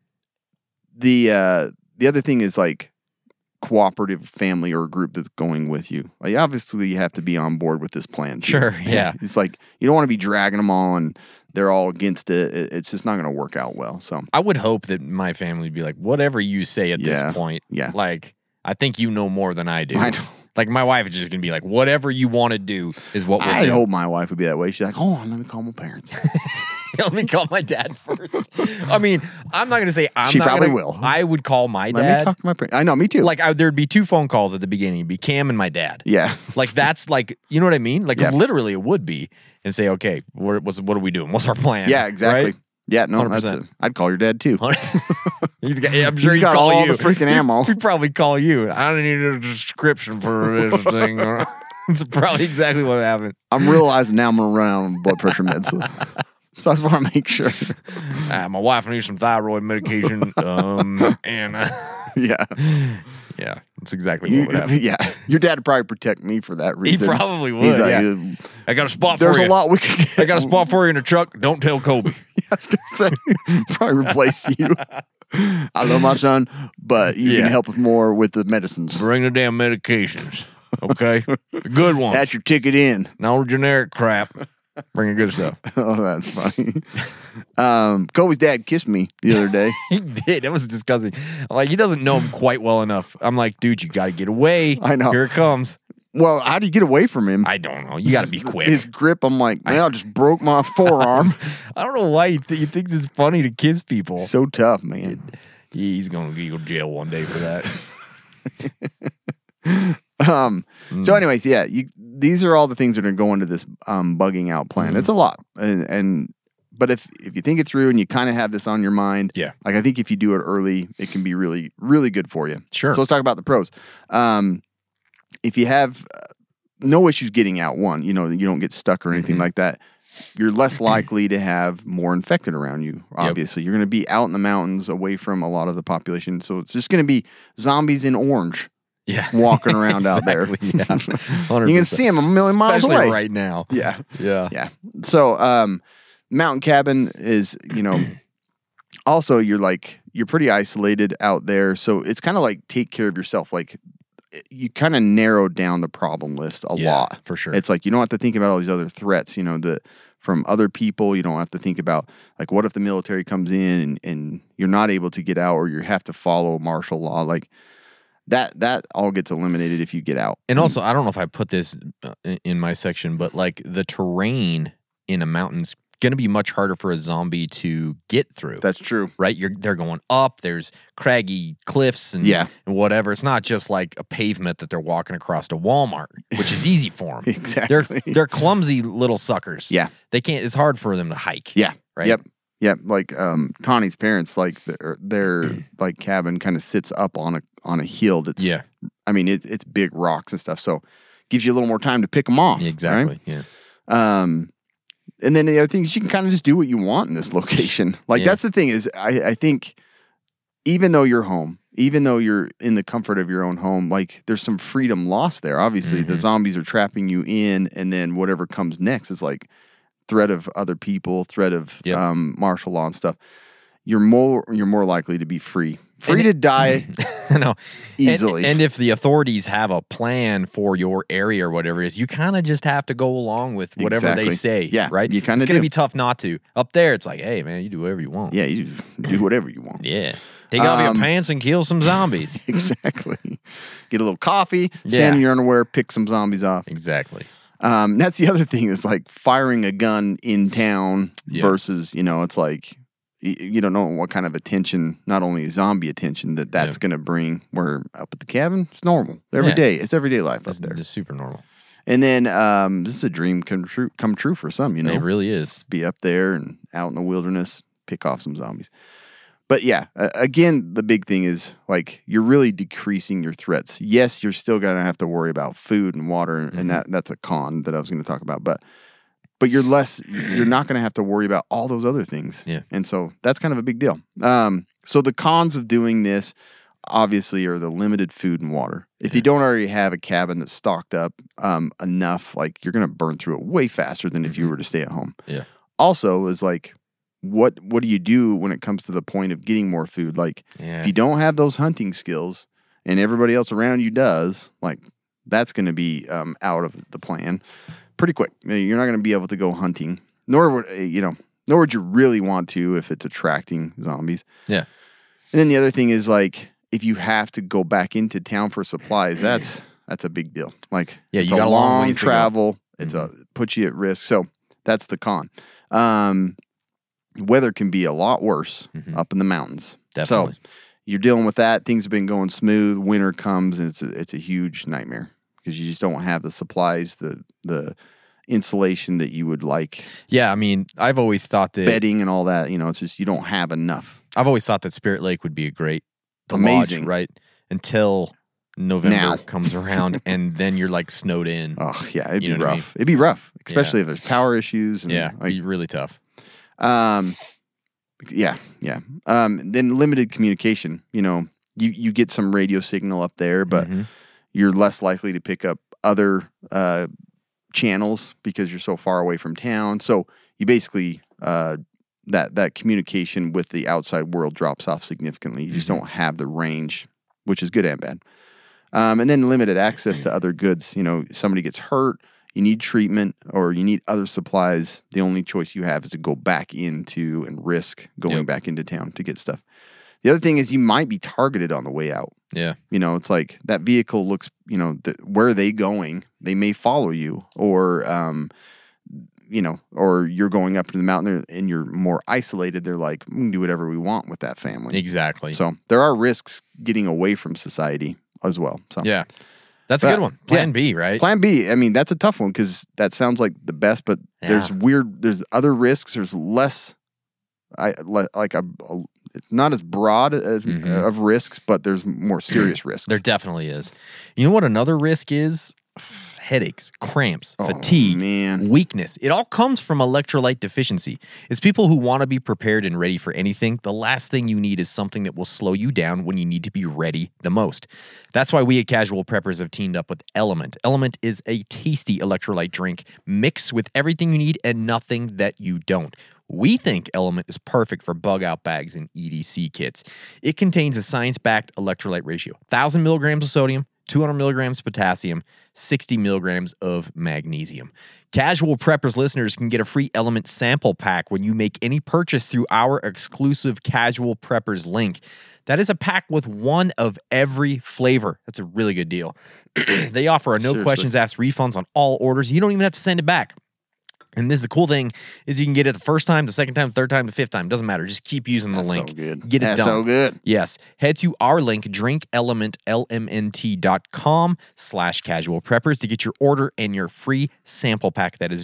D: the uh, the other thing is like cooperative family or group that's going with you. Like obviously you have to be on board with this plan. too. (laughs)
E: Sure, yeah.
D: It's like you don't want to be dragging them all and they're all against it. It- It's just not going to work out well. So
E: I would hope that my family would be like, whatever you say at
D: Yeah.
E: this point,
D: Yeah.
E: like, I think you know more than I do.
D: I know.
E: Like, my wife is just going to be like, whatever you want to do is what we'll
D: I
E: do.
D: hope my wife would be that way. She's like, "Oh, let me call my parents."
E: (laughs) Let me call my dad first. I mean, I'm not going to say I'm
D: She
E: not
D: probably
E: gonna-
D: will.
E: I would call my
D: Let me
E: dad.
D: talk to my parents. I know, me too.
E: Like, I, there'd be two phone calls at the beginning. It'd be Cam and my dad.
D: yeah,
E: Like that's like you know what I mean. Like
D: Yeah.
E: literally, it would be and say, okay, what, what's what are we doing? What's our plan?
D: yeah, exactly. Yeah, no, that's. A,
E: 100%.
D: I'd call your dad too.
E: Right? (laughs) He's got. yeah, I'm sure
D: He's
E: he'd
D: got
E: call
D: all
E: you.
D: the
E: (laughs)
D: freaking ammo.
E: He'd probably call you. I don't need a description
D: (laughs)
E: for this thing. (laughs) It's probably exactly what happened.
D: I'm realizing now I'm gonna run out on blood pressure meds.
E: (laughs)
D: So, so I just want to make sure.
E: Uh, my wife needs some
D: (laughs)
E: thyroid medication. Um, and uh, (laughs)
D: yeah,
E: yeah, that's exactly
D: You-
E: what would happen.
D: yeah. Your dad would probably protect me for that
E: He
D: reason.
E: probably would.
D: He's like,
E: yeah.
D: "Uh,
E: I got a spot
D: There's
E: for
D: a
E: you.
D: lot we could get. (laughs)
E: I got a spot for you in a truck. Don't tell Kobe. (laughs)
D: I was gonna say, probably replace you. I love my son, but you
E: Yeah.
D: can help more with the medicines.
E: Bring the damn medications.
D: (laughs)
E: Okay. The good ones.
D: That's your ticket in. (laughs)
E: no generic crap. Bring the good stuff.
D: oh, that's funny. um, Kobe's dad kissed me the other
E: (laughs)
D: day.
E: (laughs) He did. It was disgusting. Like he doesn't know him quite well enough. I'm like, dude, you gotta get away.
D: I know.
E: Here it comes.
D: well, how do you get away from him?
E: I don't know. You gotta be quick.
D: His grip, I'm like, man, I just broke
E: (laughs)
D: my forearm.
E: I don't know why he, th- he thinks it's funny to kiss people.
D: so tough, man.
E: He's gonna go to jail one day for that.
D: (laughs) Um, So, anyways, yeah, you, these are all the things that are going to this um, bugging out plan.
E: Mm-hmm.
D: It's a lot, and, and but if if you think it through and you kind of have this on your mind,
E: Yeah.
D: like I think if you do it early, it can be really really good for you.
E: Sure.
D: So let's talk about the pros. Um, if you have uh, no issues getting out, one, you know, you don't get stuck or
E: Mm-hmm.
D: anything like that. You're less likely to have more infected around you. Obviously, you're going to be out in the mountains, away from a lot of the population. So it's just going to be zombies in orange
E: Yeah.
D: walking around out there.
E: (laughs) Exactly, yeah.
D: (laughs) You can
E: 100%.
D: see them a million miles
E: Especially
D: away.
E: right now.
D: (laughs) Yeah.
E: Yeah.
D: Yeah. So, um, mountain cabin is, you know, (clears throat) also you're like, you're pretty isolated out there. So it's kind of like take care of yourself. Like eh, you kind of narrow down the problem list a
E: Yeah,
D: lot.
E: for sure.
D: It's like you don't have to think about all these other threats, you know, the from other people. You don't have to think about like what if the military comes in and, and you're not able to get out or you have to follow martial law. Like that that all gets eliminated if you get out.
E: And also, I don't know if I put this uh, in- in my section, but like the terrain in a mountain's going to be much harder for a zombie to get through.
D: That's true. (laughs)
E: right. You're they're going up. There's craggy cliffs and
D: Yeah.
E: and whatever. It's not just like a pavement that they're walking across to Walmart, which is easy for them.
D: (laughs) Exactly.
E: They're they're clumsy little suckers.
D: Yeah.
E: They can't. It's hard for them to hike.
D: Yeah.
E: Right.
D: Yep. Yep. Like um, Tawny's parents, like their their
E: (clears throat)
D: like cabin kind of sits up on a on a hill. That's
E: Yeah.
D: I mean, it's it's big rocks and stuff, so gives you a little more time to pick them off. right?
E: Exactly. Yeah. (laughs)
D: Um, and then the other thing is you can kind of just do what you want in this location. (laughs) Like
E: Yeah.
D: that's the thing is I, I think even though you're home, even though you're in the comfort of your own home, like there's some freedom lost there. Obviously,
E: Mm-hmm.
D: the zombies are trapping you in, and then whatever comes next is like threat of other people, threat of
E: Yep.
D: um, martial law and stuff. You're more you're more likely to be free, free to
E: (laughs)
D: die.
E: no, And-
D: Easily.
E: And, if the authorities have a plan for your area or whatever it is, you kind of just have to go along with whatever
D: Exactly.
E: they say.
D: Yeah,
E: right.
D: you kinda
E: it's gonna
D: do.
E: be tough not to. Up there, it's like, hey man, you do whatever you want.
D: yeah, you do whatever you want.
E: yeah. Take off
D: Um,
E: your pants and kill
D: (laughs)
E: some zombies.
D: Exactly. Get a little coffee,
E: Mm-hmm. Yeah.
D: stand in your underwear, pick some zombies off.
E: exactly.
D: Um, that's the other thing is like firing a gun in town
E: Yeah.
D: versus you know it's like you, you don't know what kind of attention, not only zombie attention that that's
E: Yeah.
D: going to bring. Where up at the cabin, it's normal every
E: Yeah.
D: day. It's everyday life
E: That's
D: up there.
E: just super normal.
D: And then um, this is a dream come true, come true for some. You know,
E: It really is.
D: be up there and out in the wilderness, pick off some zombies. But yeah, a- again, the big thing is like you're really decreasing your threats. Yes, you're still gonna have to worry about food and water, and and that that's a con that I was gonna talk about. But but you're less, you're not gonna have to worry about all those other things.
E: Yeah.
D: and so that's kind of a big deal. Um, so the cons of doing this obviously are the limited food and water. If you don't already have a cabin that's stocked up um, enough, like you're gonna burn through it way faster than if you were to stay at home
E: Yeah.
D: also is like what what do you do when it comes to the point of getting more food like
E: Yeah.
D: if you don't have those hunting skills and everybody else around you does like that's going to be um, out of the plan pretty quick You know, you're not going to be able to go hunting nor would uh, you know nor would you really want to if it's attracting zombies
E: Yeah.
D: and then the other thing is like if you have to go back into town for supplies,
E: (clears throat)
D: that's that's a big deal. Like
E: Yeah,
D: it's
E: you got
D: a
E: a long
D: long
E: ways to go. Mm-hmm.
D: travel. It's a puts you at risk. So that's the con. Um, weather can be a lot worse up in the mountains.
E: Mm-hmm. Definitely.
D: So you're dealing with that. Things have been going smooth. Winter comes and it's a, it's a huge nightmare because you just don't have the supplies, the the insulation that you would like,
E: Yeah. I mean, I've always thought that
D: bedding and all that. You know, it's just you don't have enough.
E: I've always thought that Spirit Lake would be a great to
D: Amazing.
E: lodge, right? Until November
D: Now. (laughs)
E: comes around and then you're like snowed in.
D: Oh yeah, it'd
E: You
D: be
E: know what I
D: rough.
E: mean?
D: It'd be rough, especially
E: Yeah.
D: if there's power issues. And,
E: yeah.
D: like,
E: be really tough.
D: Um, yeah, yeah. Um, then limited communication. You know, you you get some radio signal up there,
E: Mm-hmm.
D: but you're less likely to pick up other uh, channels because you're so far away from town. So you basically uh, that that communication with the outside world drops off significantly. You just don't have the range, which is good and bad. Um, and then limited access to other goods. You know, somebody gets hurt, you need treatment, or you need other supplies. The only choice you have is to go back into and risk going
E: Yep.
D: back into town to get stuff. The other thing is you might be targeted on the way out.
E: Yeah.
D: You know, it's like that vehicle looks, you know, th- where are they going? They may follow you or, um, you know, or you're going up to the mountain and you're more isolated. They're like, we can do whatever we want with that family.
E: Exactly.
D: So there are risks getting away from society as well. So
E: yeah. That's a
D: But-
E: good one. Plan
D: yeah.
E: B, right?
D: Plan B, I mean, that's a tough one because that sounds like the best, but there's
E: Yeah.
D: weird, there's other risks. There's less, I le- like a, a it's not as broad as,
E: Mm-hmm.
D: of risks, but there's
E: (clears throat)
D: more serious risks.
E: There definitely is. You know what another risk is? Headaches, cramps,
D: Oh,
E: fatigue,
D: man.
E: weakness. It all comes from electrolyte deficiency. It's people who want to be prepared and ready for anything. The last thing you need is something that will slow you down when you need to be ready the most. That's why we at Casual Preppers have teamed up with Element. Element is a tasty electrolyte drink mixed with everything you need and nothing that you don't. We think Element is perfect for bug out bags and EDC kits. It contains a science backed electrolyte ratio 1,000 milligrams of sodium, 200 milligrams of potassium, 60 milligrams of magnesium. Casual Preppers listeners can get a free Element sample pack when you make any purchase through our exclusive Casual Preppers link. That is a pack with one of every flavor. That's a really good deal. (clears throat) they offer a no
D: Seriously.
E: questions asked refunds on all orders. You don't even have to send it back. And this is the cool thing is you can get it the first time, the second time, the third time, the fifth time. Doesn't matter. Just keep using the
D: That's
E: link.
D: so good.
E: Get it
D: That's
E: done.
D: so good.
E: Yes. Head to our link, drinklmnt.com slash casual preppers to get your order and your free sample pack. That is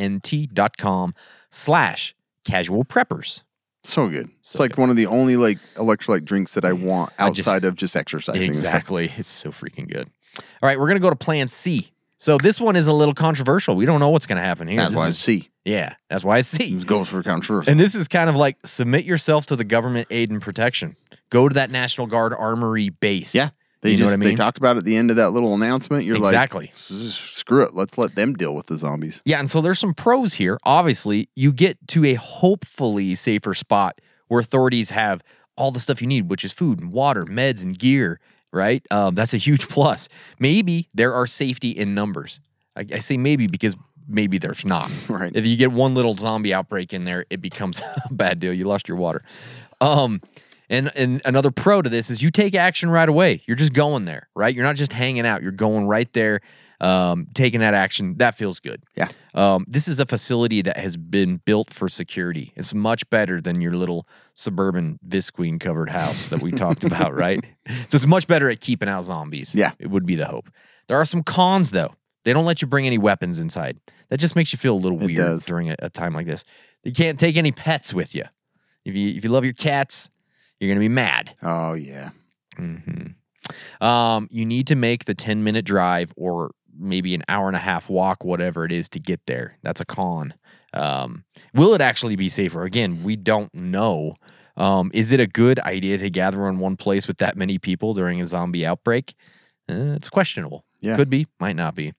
E: drinklmnt.com slash casual preppers.
D: So good.
E: So
D: it's like
E: good.
D: one of the only like electrolyte drinks that I want
E: I just-
D: outside of just exercising. and stuff.
E: Exactly. It's so freaking good. All right, we're going to go to plan C. So this one is a little controversial. We don't know what's going to happen here.
D: That's
E: This
D: why Mm. I
E: is-
D: see.
E: Yeah, that's why I see.
D: It goes for controversy.
E: And this is kind of like submit yourself to the government aid and protection. Go to that National Guard armory base.
D: Yeah. They
E: you know
D: just
E: what I mean?
D: they talked about it at the end of that little announcement. You're
E: Exactly.
D: like "S- screw it. Let's let them deal with the zombies.
E: Yeah, and so there's some pros here. Obviously, you get to a hopefully safer spot where authorities have all the stuff you need, which is food and water, meds and gear, right? Um, that's a huge (laughs) plus. Maybe there are safety in numbers. I, I say maybe because maybe there's not.
D: Right.
E: If you get one little zombie outbreak in there, it becomes (laughs) a bad deal. You lost your water. Um, and and another pro to this is you take action right away. You're just going there, right? You're not just hanging out. You're going right there, um, taking that action. That feels good.
D: Yeah.
E: Um, this is a facility that has been built for security. It's much better than your little suburban visqueen covered house that
D: (laughs)
E: we talked about, right? So it's much better at keeping out zombies.
D: Yeah.
E: It would be the hope. There are some cons though. They don't let you bring any weapons inside. That just makes you feel a little
D: It
E: weird
D: does.
E: during a, a time like this. You can't take any pets with you. If you if you love your cats, you're gonna be mad.
D: Oh yeah.
E: Um, you need to make the 10 minute drive or maybe an hour and a half walk, whatever it is, to get there. That's a con. Um, will it actually be safer? Again, we don't know. Um, is it a good idea to gather in one place with that many people during a zombie outbreak? Uh, it's questionable.
D: Yeah.
E: Could be, might not be.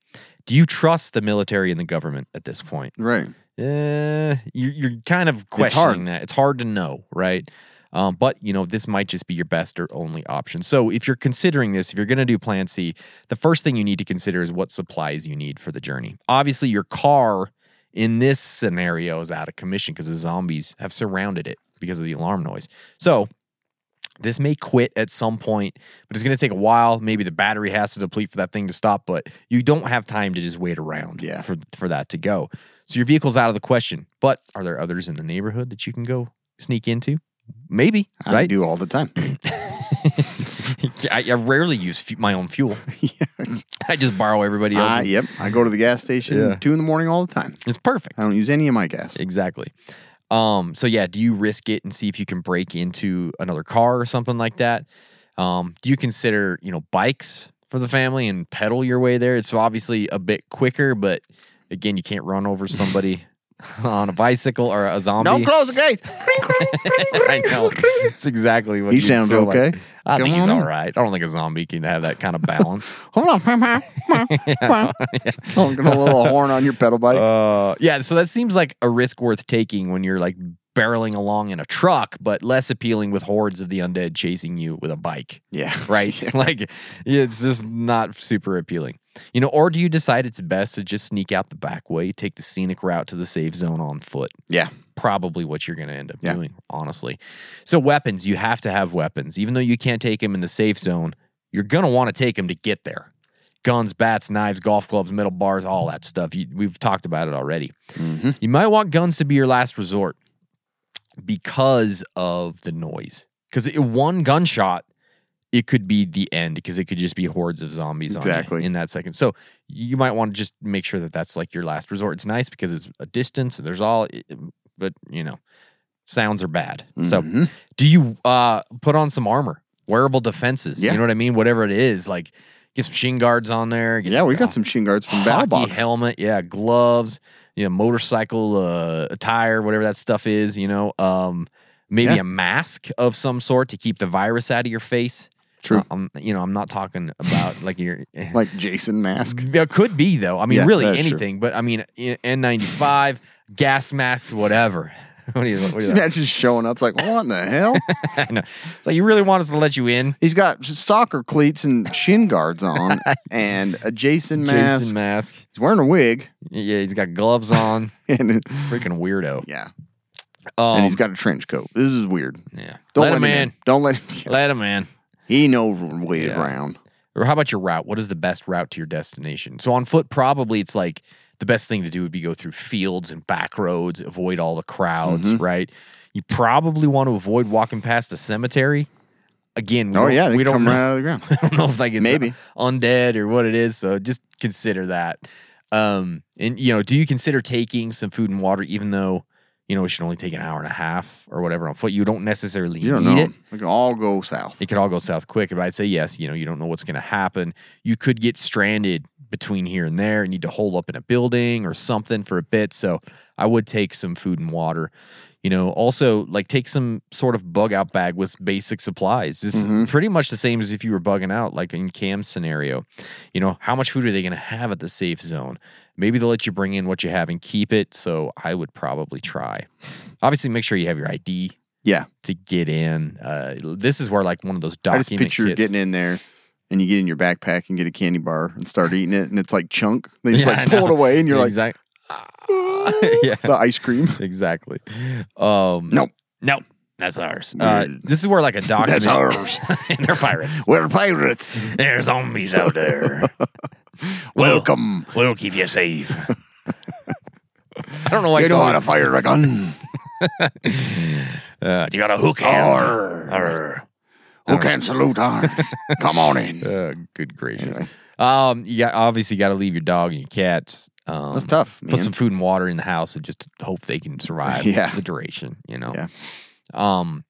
E: Do you trust the military and the government at this point?
D: Right.
E: Uh, you're, you're kind of questioning
D: It's hard.
E: that. It's hard to know, right? Um, but you know, this might just be your best or only option. So if you're considering this, if you're going to do Plan C, the first thing you need to consider is what supplies you need for the journey. Obviously, your car in this scenario is out of commission because the zombies have surrounded it because of the alarm noise. So this may quit at some point, but it's going to take a while. Maybe the battery has to deplete for that thing to stop, but you don't have time to just wait around
D: Yeah.
E: for, for that to go. So your vehicle's out of the question. But are there others in the neighborhood that you can go sneak into? Maybe,
D: I
E: right?
D: do all the time.
E: (laughs) I, I rarely use fu- my
D: (laughs)
E: own fuel. I just borrow everybody
D: I,
E: else's.
D: yep. I go to the gas station
E: Yeah.
D: two in the morning all the time.
E: It's perfect.
D: I don't use any of my gas.
E: Exactly. Um, so yeah, do you risk it and see if you can break into another car or something like that? Um, do you consider, you know, bikes for the family and pedal your way there? It's obviously a bit quicker, but again, you can't run over somebody (laughs) on a bicycle or a zombie.
D: Don't
E: (laughs)
D: close the gate.
E: I know. It's exactly what
D: He
E: you
D: sounds
E: feel like.
D: okay.
E: I think
D: Come
E: he's
D: on in.
E: all right. I don't think a zombie can have that kind of balance.
D: Hold on.
E: (laughs)
D: Honking a little horn on your pedal bike.
E: Uh, yeah, so that seems like a risk worth taking when you're like barreling along in a truck, but less appealing with hordes of the undead chasing you with a bike.
D: (laughs) Yeah.
E: (laughs) Right? Like, it's just not super appealing. You know, or do you decide it's best to just sneak out the back way, take the scenic route to the safe zone on foot?
D: Yeah.
E: probably what you're going to end up
D: Yeah.
E: doing, honestly. So, weapons, you have to have weapons. Even though you can't take them in the safe zone, you're going to want to take them to get there. Guns, bats, knives, golf clubs, metal bars, all that stuff. You, we've talked about it already.
D: Mm-hmm.
E: You might want guns to be your last resort because of the noise. Because one gunshot, it could be the end because it could just be hordes of zombies on
D: Exactly.
E: you in that second. So you might want to just make sure that that's like your last resort. It's nice because it's a distance and there's all, but you know, sounds are bad.
D: Mm-hmm.
E: So do you uh, put on some armor, wearable defenses?
D: Yeah.
E: You know what I mean? Whatever it is, like get some shin guards on there. Get
D: Yeah, we got some shin guards from Battle
E: hockey
D: Box.
E: helmet, yeah, gloves, you know, motorcycle uh, attire, whatever that stuff is, you know, um, maybe
D: Yeah.
E: a mask of some sort to keep the virus out of your face.
D: True.
E: Uh, I'm, you know, I'm not talking about like your.
D: Like Jason Mask.
E: There could be though. I mean,
D: Yeah,
E: really
D: that's true.
E: anything. But I mean, i- N95, gas masks, whatever. (laughs) what do you? What do you
D: Imagine just showing up. It's like, what in the hell?
E: (laughs) no. It's like you really want us to let you in.
D: He's got soccer cleats and shin guards
E: (laughs)
D: on and a Jason mask.
E: Jason mask.
D: He's wearing a wig. (laughs)
E: Yeah, he's got gloves on.
D: And
E: Freaking weirdo.
D: yeah.
E: Um,
D: and he's got a trench coat. This is weird.
E: yeah.
D: Don't
E: let him in.
D: Don't let him in.
E: Let him in.
D: He knows when way
E: Yeah.
D: around.
E: Or how about your route? What is the best route to your destination? So on foot, probably it's like the best thing to do would be go through fields and back roads, avoid all the crowds,
D: Mm-hmm.
E: right? You probably want to avoid walking past a cemetery. Again, we
D: Oh,
E: don't-
D: yeah. They
E: we don't
D: come
E: know.
D: right out of the ground.
E: I don't know if like (laughs) it's
D: Maybe.
E: undead or what it is. So just consider that. Um, and you know, do you consider taking some food and water, even though you know it should only take an hour and a half or whatever on foot? You don't necessarily
D: You don't
E: need
D: know.
E: it.
D: We can all go south.
E: It could all go south quick, but I'd say yes. You know, you don't know what's going to happen. You could get stranded between here and there, and need to hole up in a building or something for a bit. So I would take some food and water. You know, also like take some sort of bug out bag with basic supplies. This is pretty much the same as if you were bugging out, like in Cam's scenario. You know, how much food are they going to have at the safe zone? Maybe they'll let you bring in what you have and keep it. So I would probably try. Obviously, make sure you have your ID
D: Yeah.
E: to get in. Uh, this is where like one of those
D: I just
E: document
D: picture
E: kits.
D: getting in there and you get in your backpack and get a candy bar and start eating it. And it's like chunk. They just
E: Yeah, I
D: like pull it
E: know.
D: away and you're like,
E: Exact- (laughs) yeah,
D: the ice cream. (laughs)
E: exactly. Um,
D: Nope.
E: nope, that's ours. Uh,
D: Weird.
E: this is where like a
D: (laughs)
E: document.
D: That's ours.
E: (laughs) and they're pirates.
D: We're pirates.
E: They're zombies out (laughs) there.
D: Welcome.
E: We'll, we'll keep you safe. I don't know why
D: You
E: I
D: know
E: told (laughs)
D: how to fire a gun.
E: Uh, you got a hook hand. Arr.
D: Who can salute ours? (laughs) Come on in.
E: Uh, good gracious. Um, you got obviously got to leave your dog and your cats. Um,
D: That's tough,
E: Put
D: man.
E: some food and water in the house and just hope they can
D: (laughs)
E: survive
D: Yeah.
E: the duration. You know.
D: Yeah.
E: Um,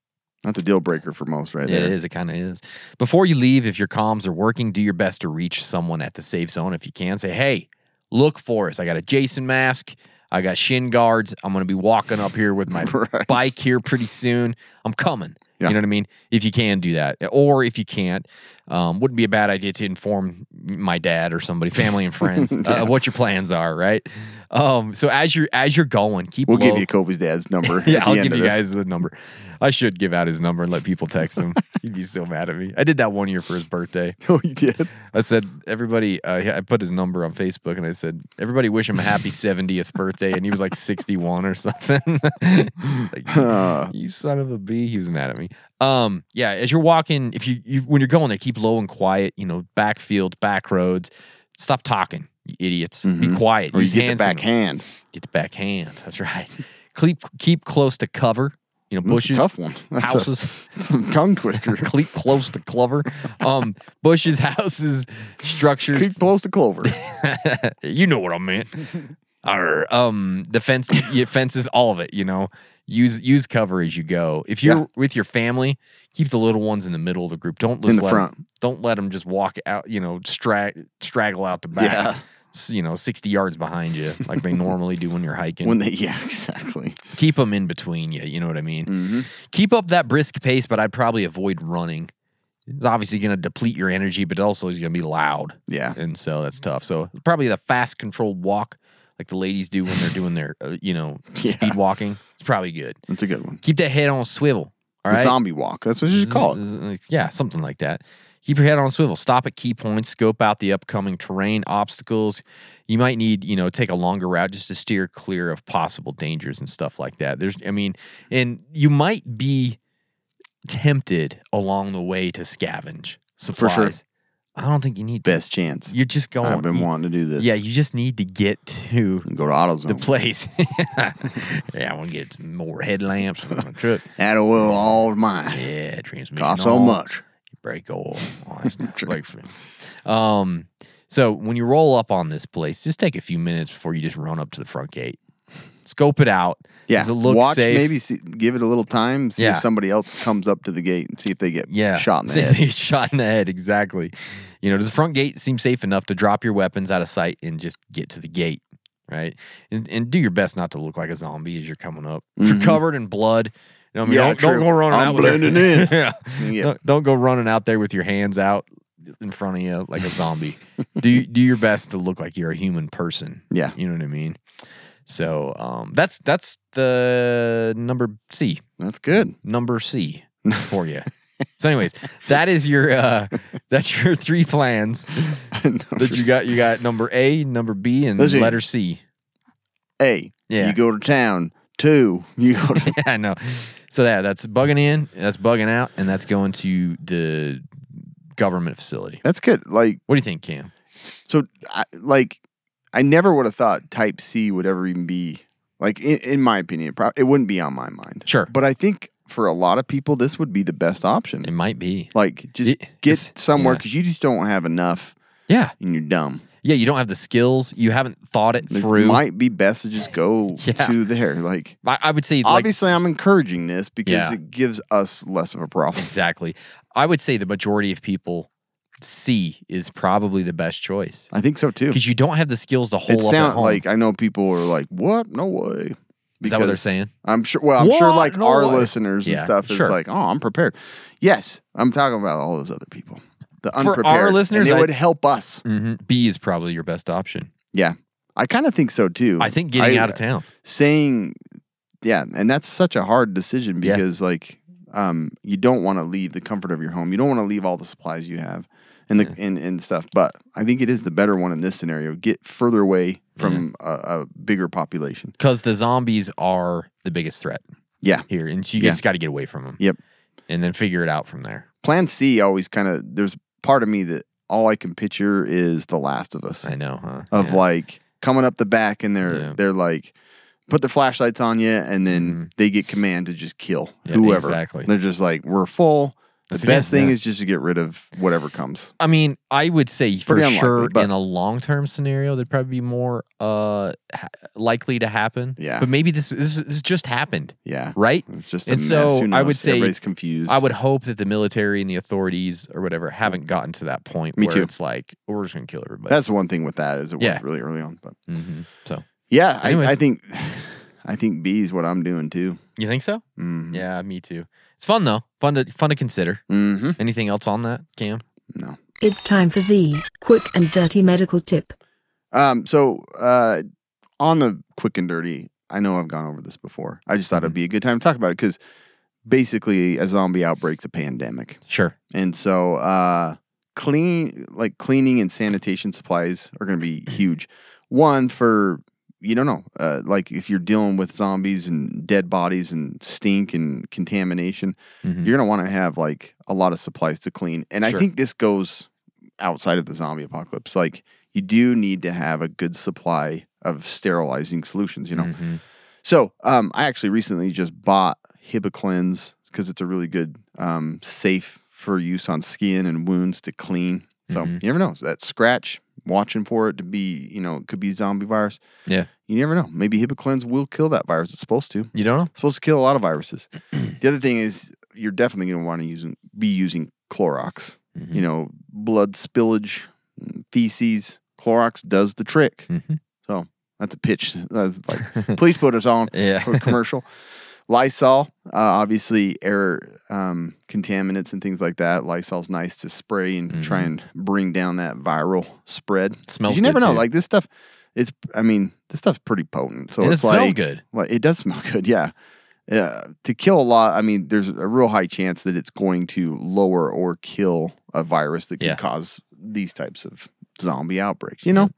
D: That's a deal breaker for most right there.
E: it is. It kind of is. Before you leave, if your comms are working, do your best to reach someone at the safe zone if you can. Say, hey, look for us. I got a Jason mask. I got shin guards. I'm going to be walking up
D: (laughs)
E: here with my
D: Right.
E: bike here pretty soon. I'm coming.
D: Yeah.
E: You know what I mean? If you can do that, or if you can't, um, wouldn't be a bad idea to inform my dad or somebody, family
D: (laughs)
E: and friends, uh, what your plans are. Right. Um, so as you're as you're going, keep
D: We'll give
E: low-
D: you Kobe's dad's
E: (laughs)
D: number. at
E: yeah,
D: the
E: I'll
D: end
E: give
D: of
E: you
D: this.
E: guys the number. I should give out his number and let people text him. He'd be so mad at me. I did that one year for his
D: (laughs)
E: birthday.
D: (laughs) Oh, you did.
E: I said, everybody, uh, I put his number on Facebook and I said, everybody wish him
D: (laughs)
E: a happy 70th birthday. And he was like 61 or something. (laughs) Like, you son of a b. He was mad at me. Um, yeah, as you're walking, if you, you when you're going there, keep low and quiet, you know, backfield, back roads. Stop talking, you idiots. Be quiet.
D: Mm-hmm. Or you
E: Use
D: get the
E: hand
D: back
E: signals
D: hand.
E: get the backhand. That's right. (laughs) Keep keep close to cover. You know,
D: That's a
E: bushes,
D: tough one. (laughs) That's a-
E: houses. (laughs)
D: Some tongue twister. (laughs)
E: Keep close to clover. Um, bushes, (laughs) houses, structures.
D: Keep close to
E: (laughs)
D: Clover.
E: you know what
D: (laughs)
E: I meant. Arr, um, the fence, your fences, all of it. You know, use use cover as you go. If you're
D: Yeah.
E: with your family, keep the little ones in the middle of the group. Don't just
D: the
E: let 'em-
D: front.
E: don't let them just walk out. You know, strag straggle out the back.
D: Yeah.
E: s- You know, sixty yards behind you, like they normally do when you're hiking.
D: when they, yeah, (laughs) exactly.
E: keep them in between you. You know what I mean? Keep up that brisk pace, but I'd probably avoid running. It's obviously going to deplete your energy, but also it's going to be loud.
D: Yeah.
E: And so that's tough. So probably the fast controlled walk like the ladies do when they're doing their, uh, you know,
D: Yeah.
E: speed walking. It's probably good.
D: That's a good one.
E: Keep that head on a swivel. All
D: The
E: right.
D: Zombie walk. That's what you should call it.
E: Z- z- Yeah, something like that. Keep your head on a swivel. Stop at key points. Scope out the upcoming terrain, obstacles. You might need, you know, take a longer route just to steer clear of possible dangers and stuff like that. There's, I mean, and you might be tempted along the way to scavenge
D: sure.
E: supplies. I don't think you need to.
D: Best chance.
E: You're just going.
D: I've been
E: you-
D: wanting to do this.
E: Yeah, you just need to get to
D: Go to AutoZone. (laughs)
E: the place. (laughs) yeah, I want to get some more headlamps for my truck.
D: Add oil all mine.
E: Yeah, transmission.
D: Cost so
E: on.
D: much.
E: brake oil. Oh,
D: (laughs)
E: it's not brake fluid. um, so when you roll up on this place, just take a few minutes before you just run up to the front gate. Scope it out.
D: Yeah.
E: Does it look
D: Watch,
E: safe?
D: maybe see, give it a little time. See
E: Yeah.
D: if somebody else comes up to the gate and see if they get
E: yeah.
D: shot in the
E: See if
D: head.
E: they get (laughs) shot in the head, exactly. You know, does the front gate seem safe enough to drop your weapons out of sight and just get to the gate? Right. And, and do your best not to look like a zombie as you're coming up. If you're covered in blood, you know, I
D: Mm-hmm.
E: mean,
D: Yeah,
E: don't, don't
D: true.
E: go running
D: I'm
E: out with your-
D: blending in.
E: (laughs) yeah.
D: (laughs) Yeah.
E: Don't, don't go running out there with your hands out in front of you like a (laughs) zombie. do do your best to look like you're a human person.
D: Yeah.
E: You know what I mean? So um, that's that's the number C
D: That's
E: (laughs)
D: good. (laughs)
E: number C for (laughs) you. so, anyways, that is your uh (laughs) that's your three plans that you got. You got number A, number B, and
D: Let's see.
E: letter C. (laughs)
D: A.
E: Yeah.
D: You go to town. Two. You go to
E: (laughs) I know. So yeah, that's bugging in, that's bugging out, and that's going to the government facility.
D: That's good. Like
E: What do you think, Cam?
D: so, I, like I never would have thought Type C would ever even be like in, in my opinion. Pro- it wouldn't be on my mind.
E: Sure.
D: but I think for a lot of people, this would be the best option.
E: It might be.
D: Like just
E: It- it's-
D: get somewhere
E: yeah.
D: because you just don't have enough,
E: Yeah.
D: and you're dumb.
E: Yeah, you don't have the skills. You haven't thought it
D: This
E: through.
D: might be best to just go
E: (laughs) Yeah.
D: to there. Like
E: I, I would say like,
D: obviously, I'm encouraging this because
E: Yeah.
D: it gives us less of a problem.
E: exactly. I would say the majority of people C is probably the best choice.
D: I think so too.
E: because you don't have the skills to hold
D: It
E: up at
D: sounds
E: home.
D: like I know people are like, "What? No way."
E: Is that what they're saying?
D: I'm sure. Well, I'm sure
E: What?
D: like
E: No
D: our
E: way.
D: listeners and
E: Yeah,
D: stuff is
E: sure.
D: like, "Oh, I'm prepared." Yes, I'm talking about all those other people, the
E: For our
D: unprepared.
E: listeners,
D: and it
E: I-
D: would help us.
E: Mhm. B is probably your best option.
D: Yeah, I kind of think so too.
E: I think getting
D: I-
E: out of town.
D: saying, yeah, and that's such a hard decision
E: Yeah.
D: because like, um, you don't want to leave the comfort of your home. You don't want to leave all the supplies you have. And, the, and, and stuff, but I think it is the better one in this scenario. Get further away from a, a bigger population.
E: Because the zombies are the biggest threat
D: Yeah,
E: here. And so you
D: Yeah.
E: just got to get away from them
D: Yep.
E: and then figure it out from there.
D: Plan C always kind of there's part of me that all I can picture is The Last of Us
E: I know, huh?
D: of
E: Yeah.
D: like coming up the back and they're
E: Yeah. Mm-hmm.
D: they're like put their flashlights on you and then they get command to just kill
E: Yeah,
D: whoever.
E: exactly.
D: They're just like we're full. The
E: That's-
D: best
E: yeah,
D: thing
E: yeah.
D: is just to get rid of whatever comes.
E: I mean, I would say for
D: Pretty unlikely,
E: sure
D: but-
E: in a long term scenario, they'd probably be more uh ha- likely to happen.
D: Yeah.
E: But maybe this this, this just happened.
D: Yeah.
E: Right.
D: It's just a
E: and
D: mess.
E: so
D: Who
E: I
D: knows?
E: would say
D: everybody's confused.
E: I would hope that the military and the authorities or whatever haven't gotten to that point
D: Me
E: where
D: too.
E: it's like we're just gonna kill everybody.
D: That's the one thing with that is it
E: Yeah.
D: was really early on, but
E: Mhm. so.
D: yeah,
E: Anyways.
D: I, I think (sighs) I think B is what I'm doing too.
E: You think so?
D: Mhm.
E: Yeah, me too. It's fun though. Fun to fun to consider.
D: Mm-hmm.
E: Anything else on that, Cam?
D: No.
B: It's time for the quick and dirty medical tip.
D: Um, so uh, on the quick and dirty, I know I've gone over this before. I just thought it'd be a good time to talk about it because basically a zombie outbreak's a pandemic,
E: Sure.
D: and so uh, clean like cleaning and sanitation supplies are going to be huge. One for you don't know, uh, like if you're dealing with zombies and dead bodies and stink and contamination, you're going to want to have like a lot of supplies to clean. And I
E: Sure.
D: think this goes outside of the zombie apocalypse. Like you do need to have a good supply of sterilizing solutions, you know?
E: Mm-hmm.
D: So um, I actually recently just bought Hiba Cleanse because it's a really good, um, safe for use on skin and wounds to clean. So you never know. So that scratch, watching for it to be, you know, it could be zombie virus.
E: Yeah.
D: You never know. Maybe Hiba Cleanse will kill that virus. It's supposed to.
E: You don't know?
D: It's supposed to kill a lot of viruses. the other thing is you're definitely going to want to using be using Clorox.
E: Mm-hmm.
D: You know, blood spillage, mm, feces. Clorox does the trick. So that's a pitch. That's
E: (laughs)
D: like, please put us on
E: Yeah.
D: for a commercial. (laughs) Lysol, uh, obviously, air um, contaminants and things like that. Lysol's nice to spray and try and bring down that viral spread. 'Cause
E: (laughs) Mm-hmm. Smells
D: You never
E: good,
D: know,
E: too.
D: like this stuff. it's I mean this stuff's pretty potent. So
E: And it
D: it's
E: smells
D: like,
E: good.
D: Well, it does (laughs) smell good. Yeah. Yeah, to kill a lot, I mean, there's a real high chance that it's going to lower or kill a virus that can
E: Yeah.
D: cause these types of zombie outbreaks, you know?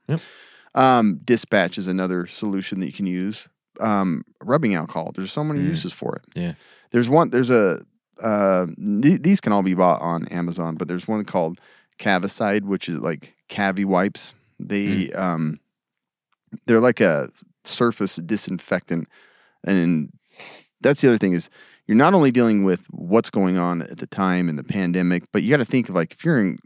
D: Um, dispatch is another solution that you can use. Um, rubbing alcohol, there's so many uses for it.
E: Yeah.
D: There's one, there's a, uh, th- these can all be bought on Amazon, but there's one called Cavicide, which is like Cavi wipes. They, um, they're like a surface disinfectant. And that's the other thing is you're not only dealing with what's going on at the time in the pandemic, but you got to think of like if you're in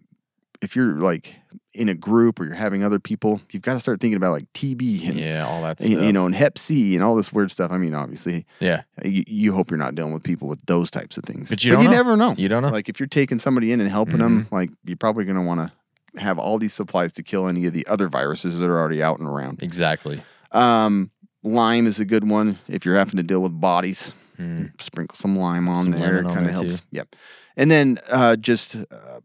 D: if you're like in a group or you're having other people, you've got to start thinking about like TB and
E: Yeah, all that
D: and,
E: stuff.
D: you know and Hep C and all this weird stuff. I mean, obviously,
E: yeah.
D: you, you hope you're not dealing with people with those types of things,
E: But you don't know.
D: never know.
E: You don't know. Mm-hmm.
D: Like if you're taking somebody in and helping them, like you're probably going to want to have all these supplies to kill any of the other viruses that are already out and around.
E: Exactly.
D: Um, lime is a good one if you're having to deal with bodies.
E: Hmm.
D: Sprinkle some lime on
E: Some
D: there,
E: lemon on
D: kind of
E: there,
D: helps.
E: too.
D: Yep. And then uh, just uh,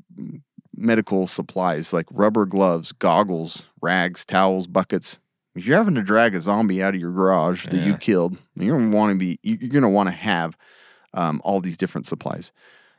D: medical supplies like rubber gloves, goggles, rags, towels, buckets. If you're having to drag a zombie out of your garage that you
E: Yeah.
D: killed, you're gonna want to be. you- You're gonna want to have um, all these different supplies.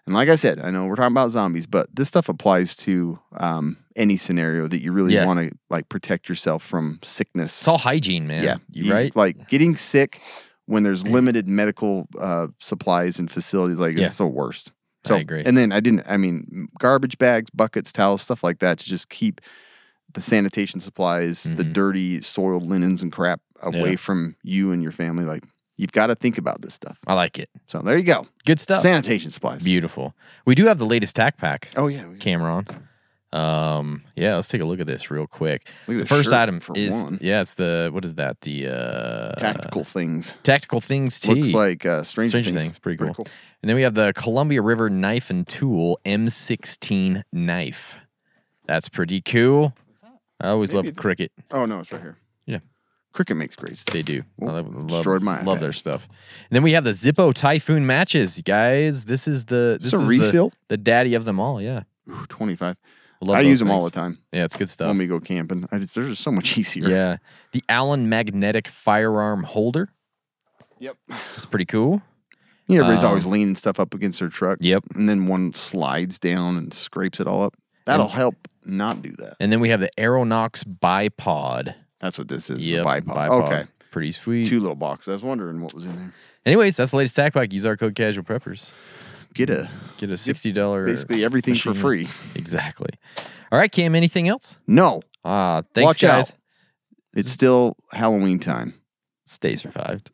D: And like I said, I know we're talking about zombies, but this stuff applies to um, any scenario that you really
E: Yeah.
D: want to like protect yourself from sickness.
E: It's all hygiene, man.
D: Yeah,
E: You,
D: You-
E: right?
D: Like getting sick when there's limited medical uh, supplies and facilities, like
E: Yeah.
D: it's the worst.
E: I
D: So,
E: agree.
D: And then I didn't. I mean, garbage bags, buckets, towels, stuff like that to just keep the sanitation supplies, the dirty, soiled linens and crap away
E: Mm-hmm. Yeah.
D: from you and your family. Like you've got to think about this stuff.
E: I like it.
D: So there you go.
E: Good stuff.
D: Sanitation supplies.
E: Beautiful. We do have the latest tack pack.
D: Oh yeah. we-
E: Cameron. Um, yeah, let's take a look at this real quick.
D: Look at
E: the
D: the
E: first
D: shirt
E: item
D: for
E: is
D: one.
E: yeah, it's the what is that? The uh
D: Tactical things.
E: tactical things tea.
D: Looks like uh, Stranger,
E: Stranger
D: Things.
E: Things. Pretty, cool. And then we have the Columbia River Knife and Tool M16 knife. That's pretty cool. I always
D: Maybe
E: love
D: it's-
E: cricket.
D: Oh no, it's right here.
E: Yeah.
D: Cricket makes great stuff.
E: They do. I
D: Oop,
E: love, love,
D: destroyed my
E: love
D: iPad.
E: their stuff. And then we have the Zippo Typhoon matches, guys. This is the
D: Is
E: this
D: this a
E: is the-
D: refill?
E: The, daddy of them all. Yeah,
D: Ooh, Twenty-five.
E: Love
D: I
E: those
D: use them all the time.
E: things. Yeah, it's good stuff.
D: when we go camping. I just, they're just so much (laughs) easier.
E: Yeah. The Allen magnetic firearm holder. Yep. That's pretty cool.
D: You know, everybody's always leaning stuff up against their truck.
E: Um, Yep.
D: And then one slides down and scrapes it all up. That'll help not do that.
E: And then we have the Aeronox bipod.
D: That's what this is.
E: Yep,
D: a bipod. Okay.
E: Pretty sweet.
D: Two little boxes. I was wondering what was in there.
E: Anyways, that's the latest tack pack. Use our code casual preppers.
D: Get a
E: Get a sixty dollar
D: basically everything for free.
E: Exactly. All right, Cam, anything else?
D: No,
E: Ah, thanks
D: Watch
E: guys.
D: out. it's still Halloween time.
E: Stay survived.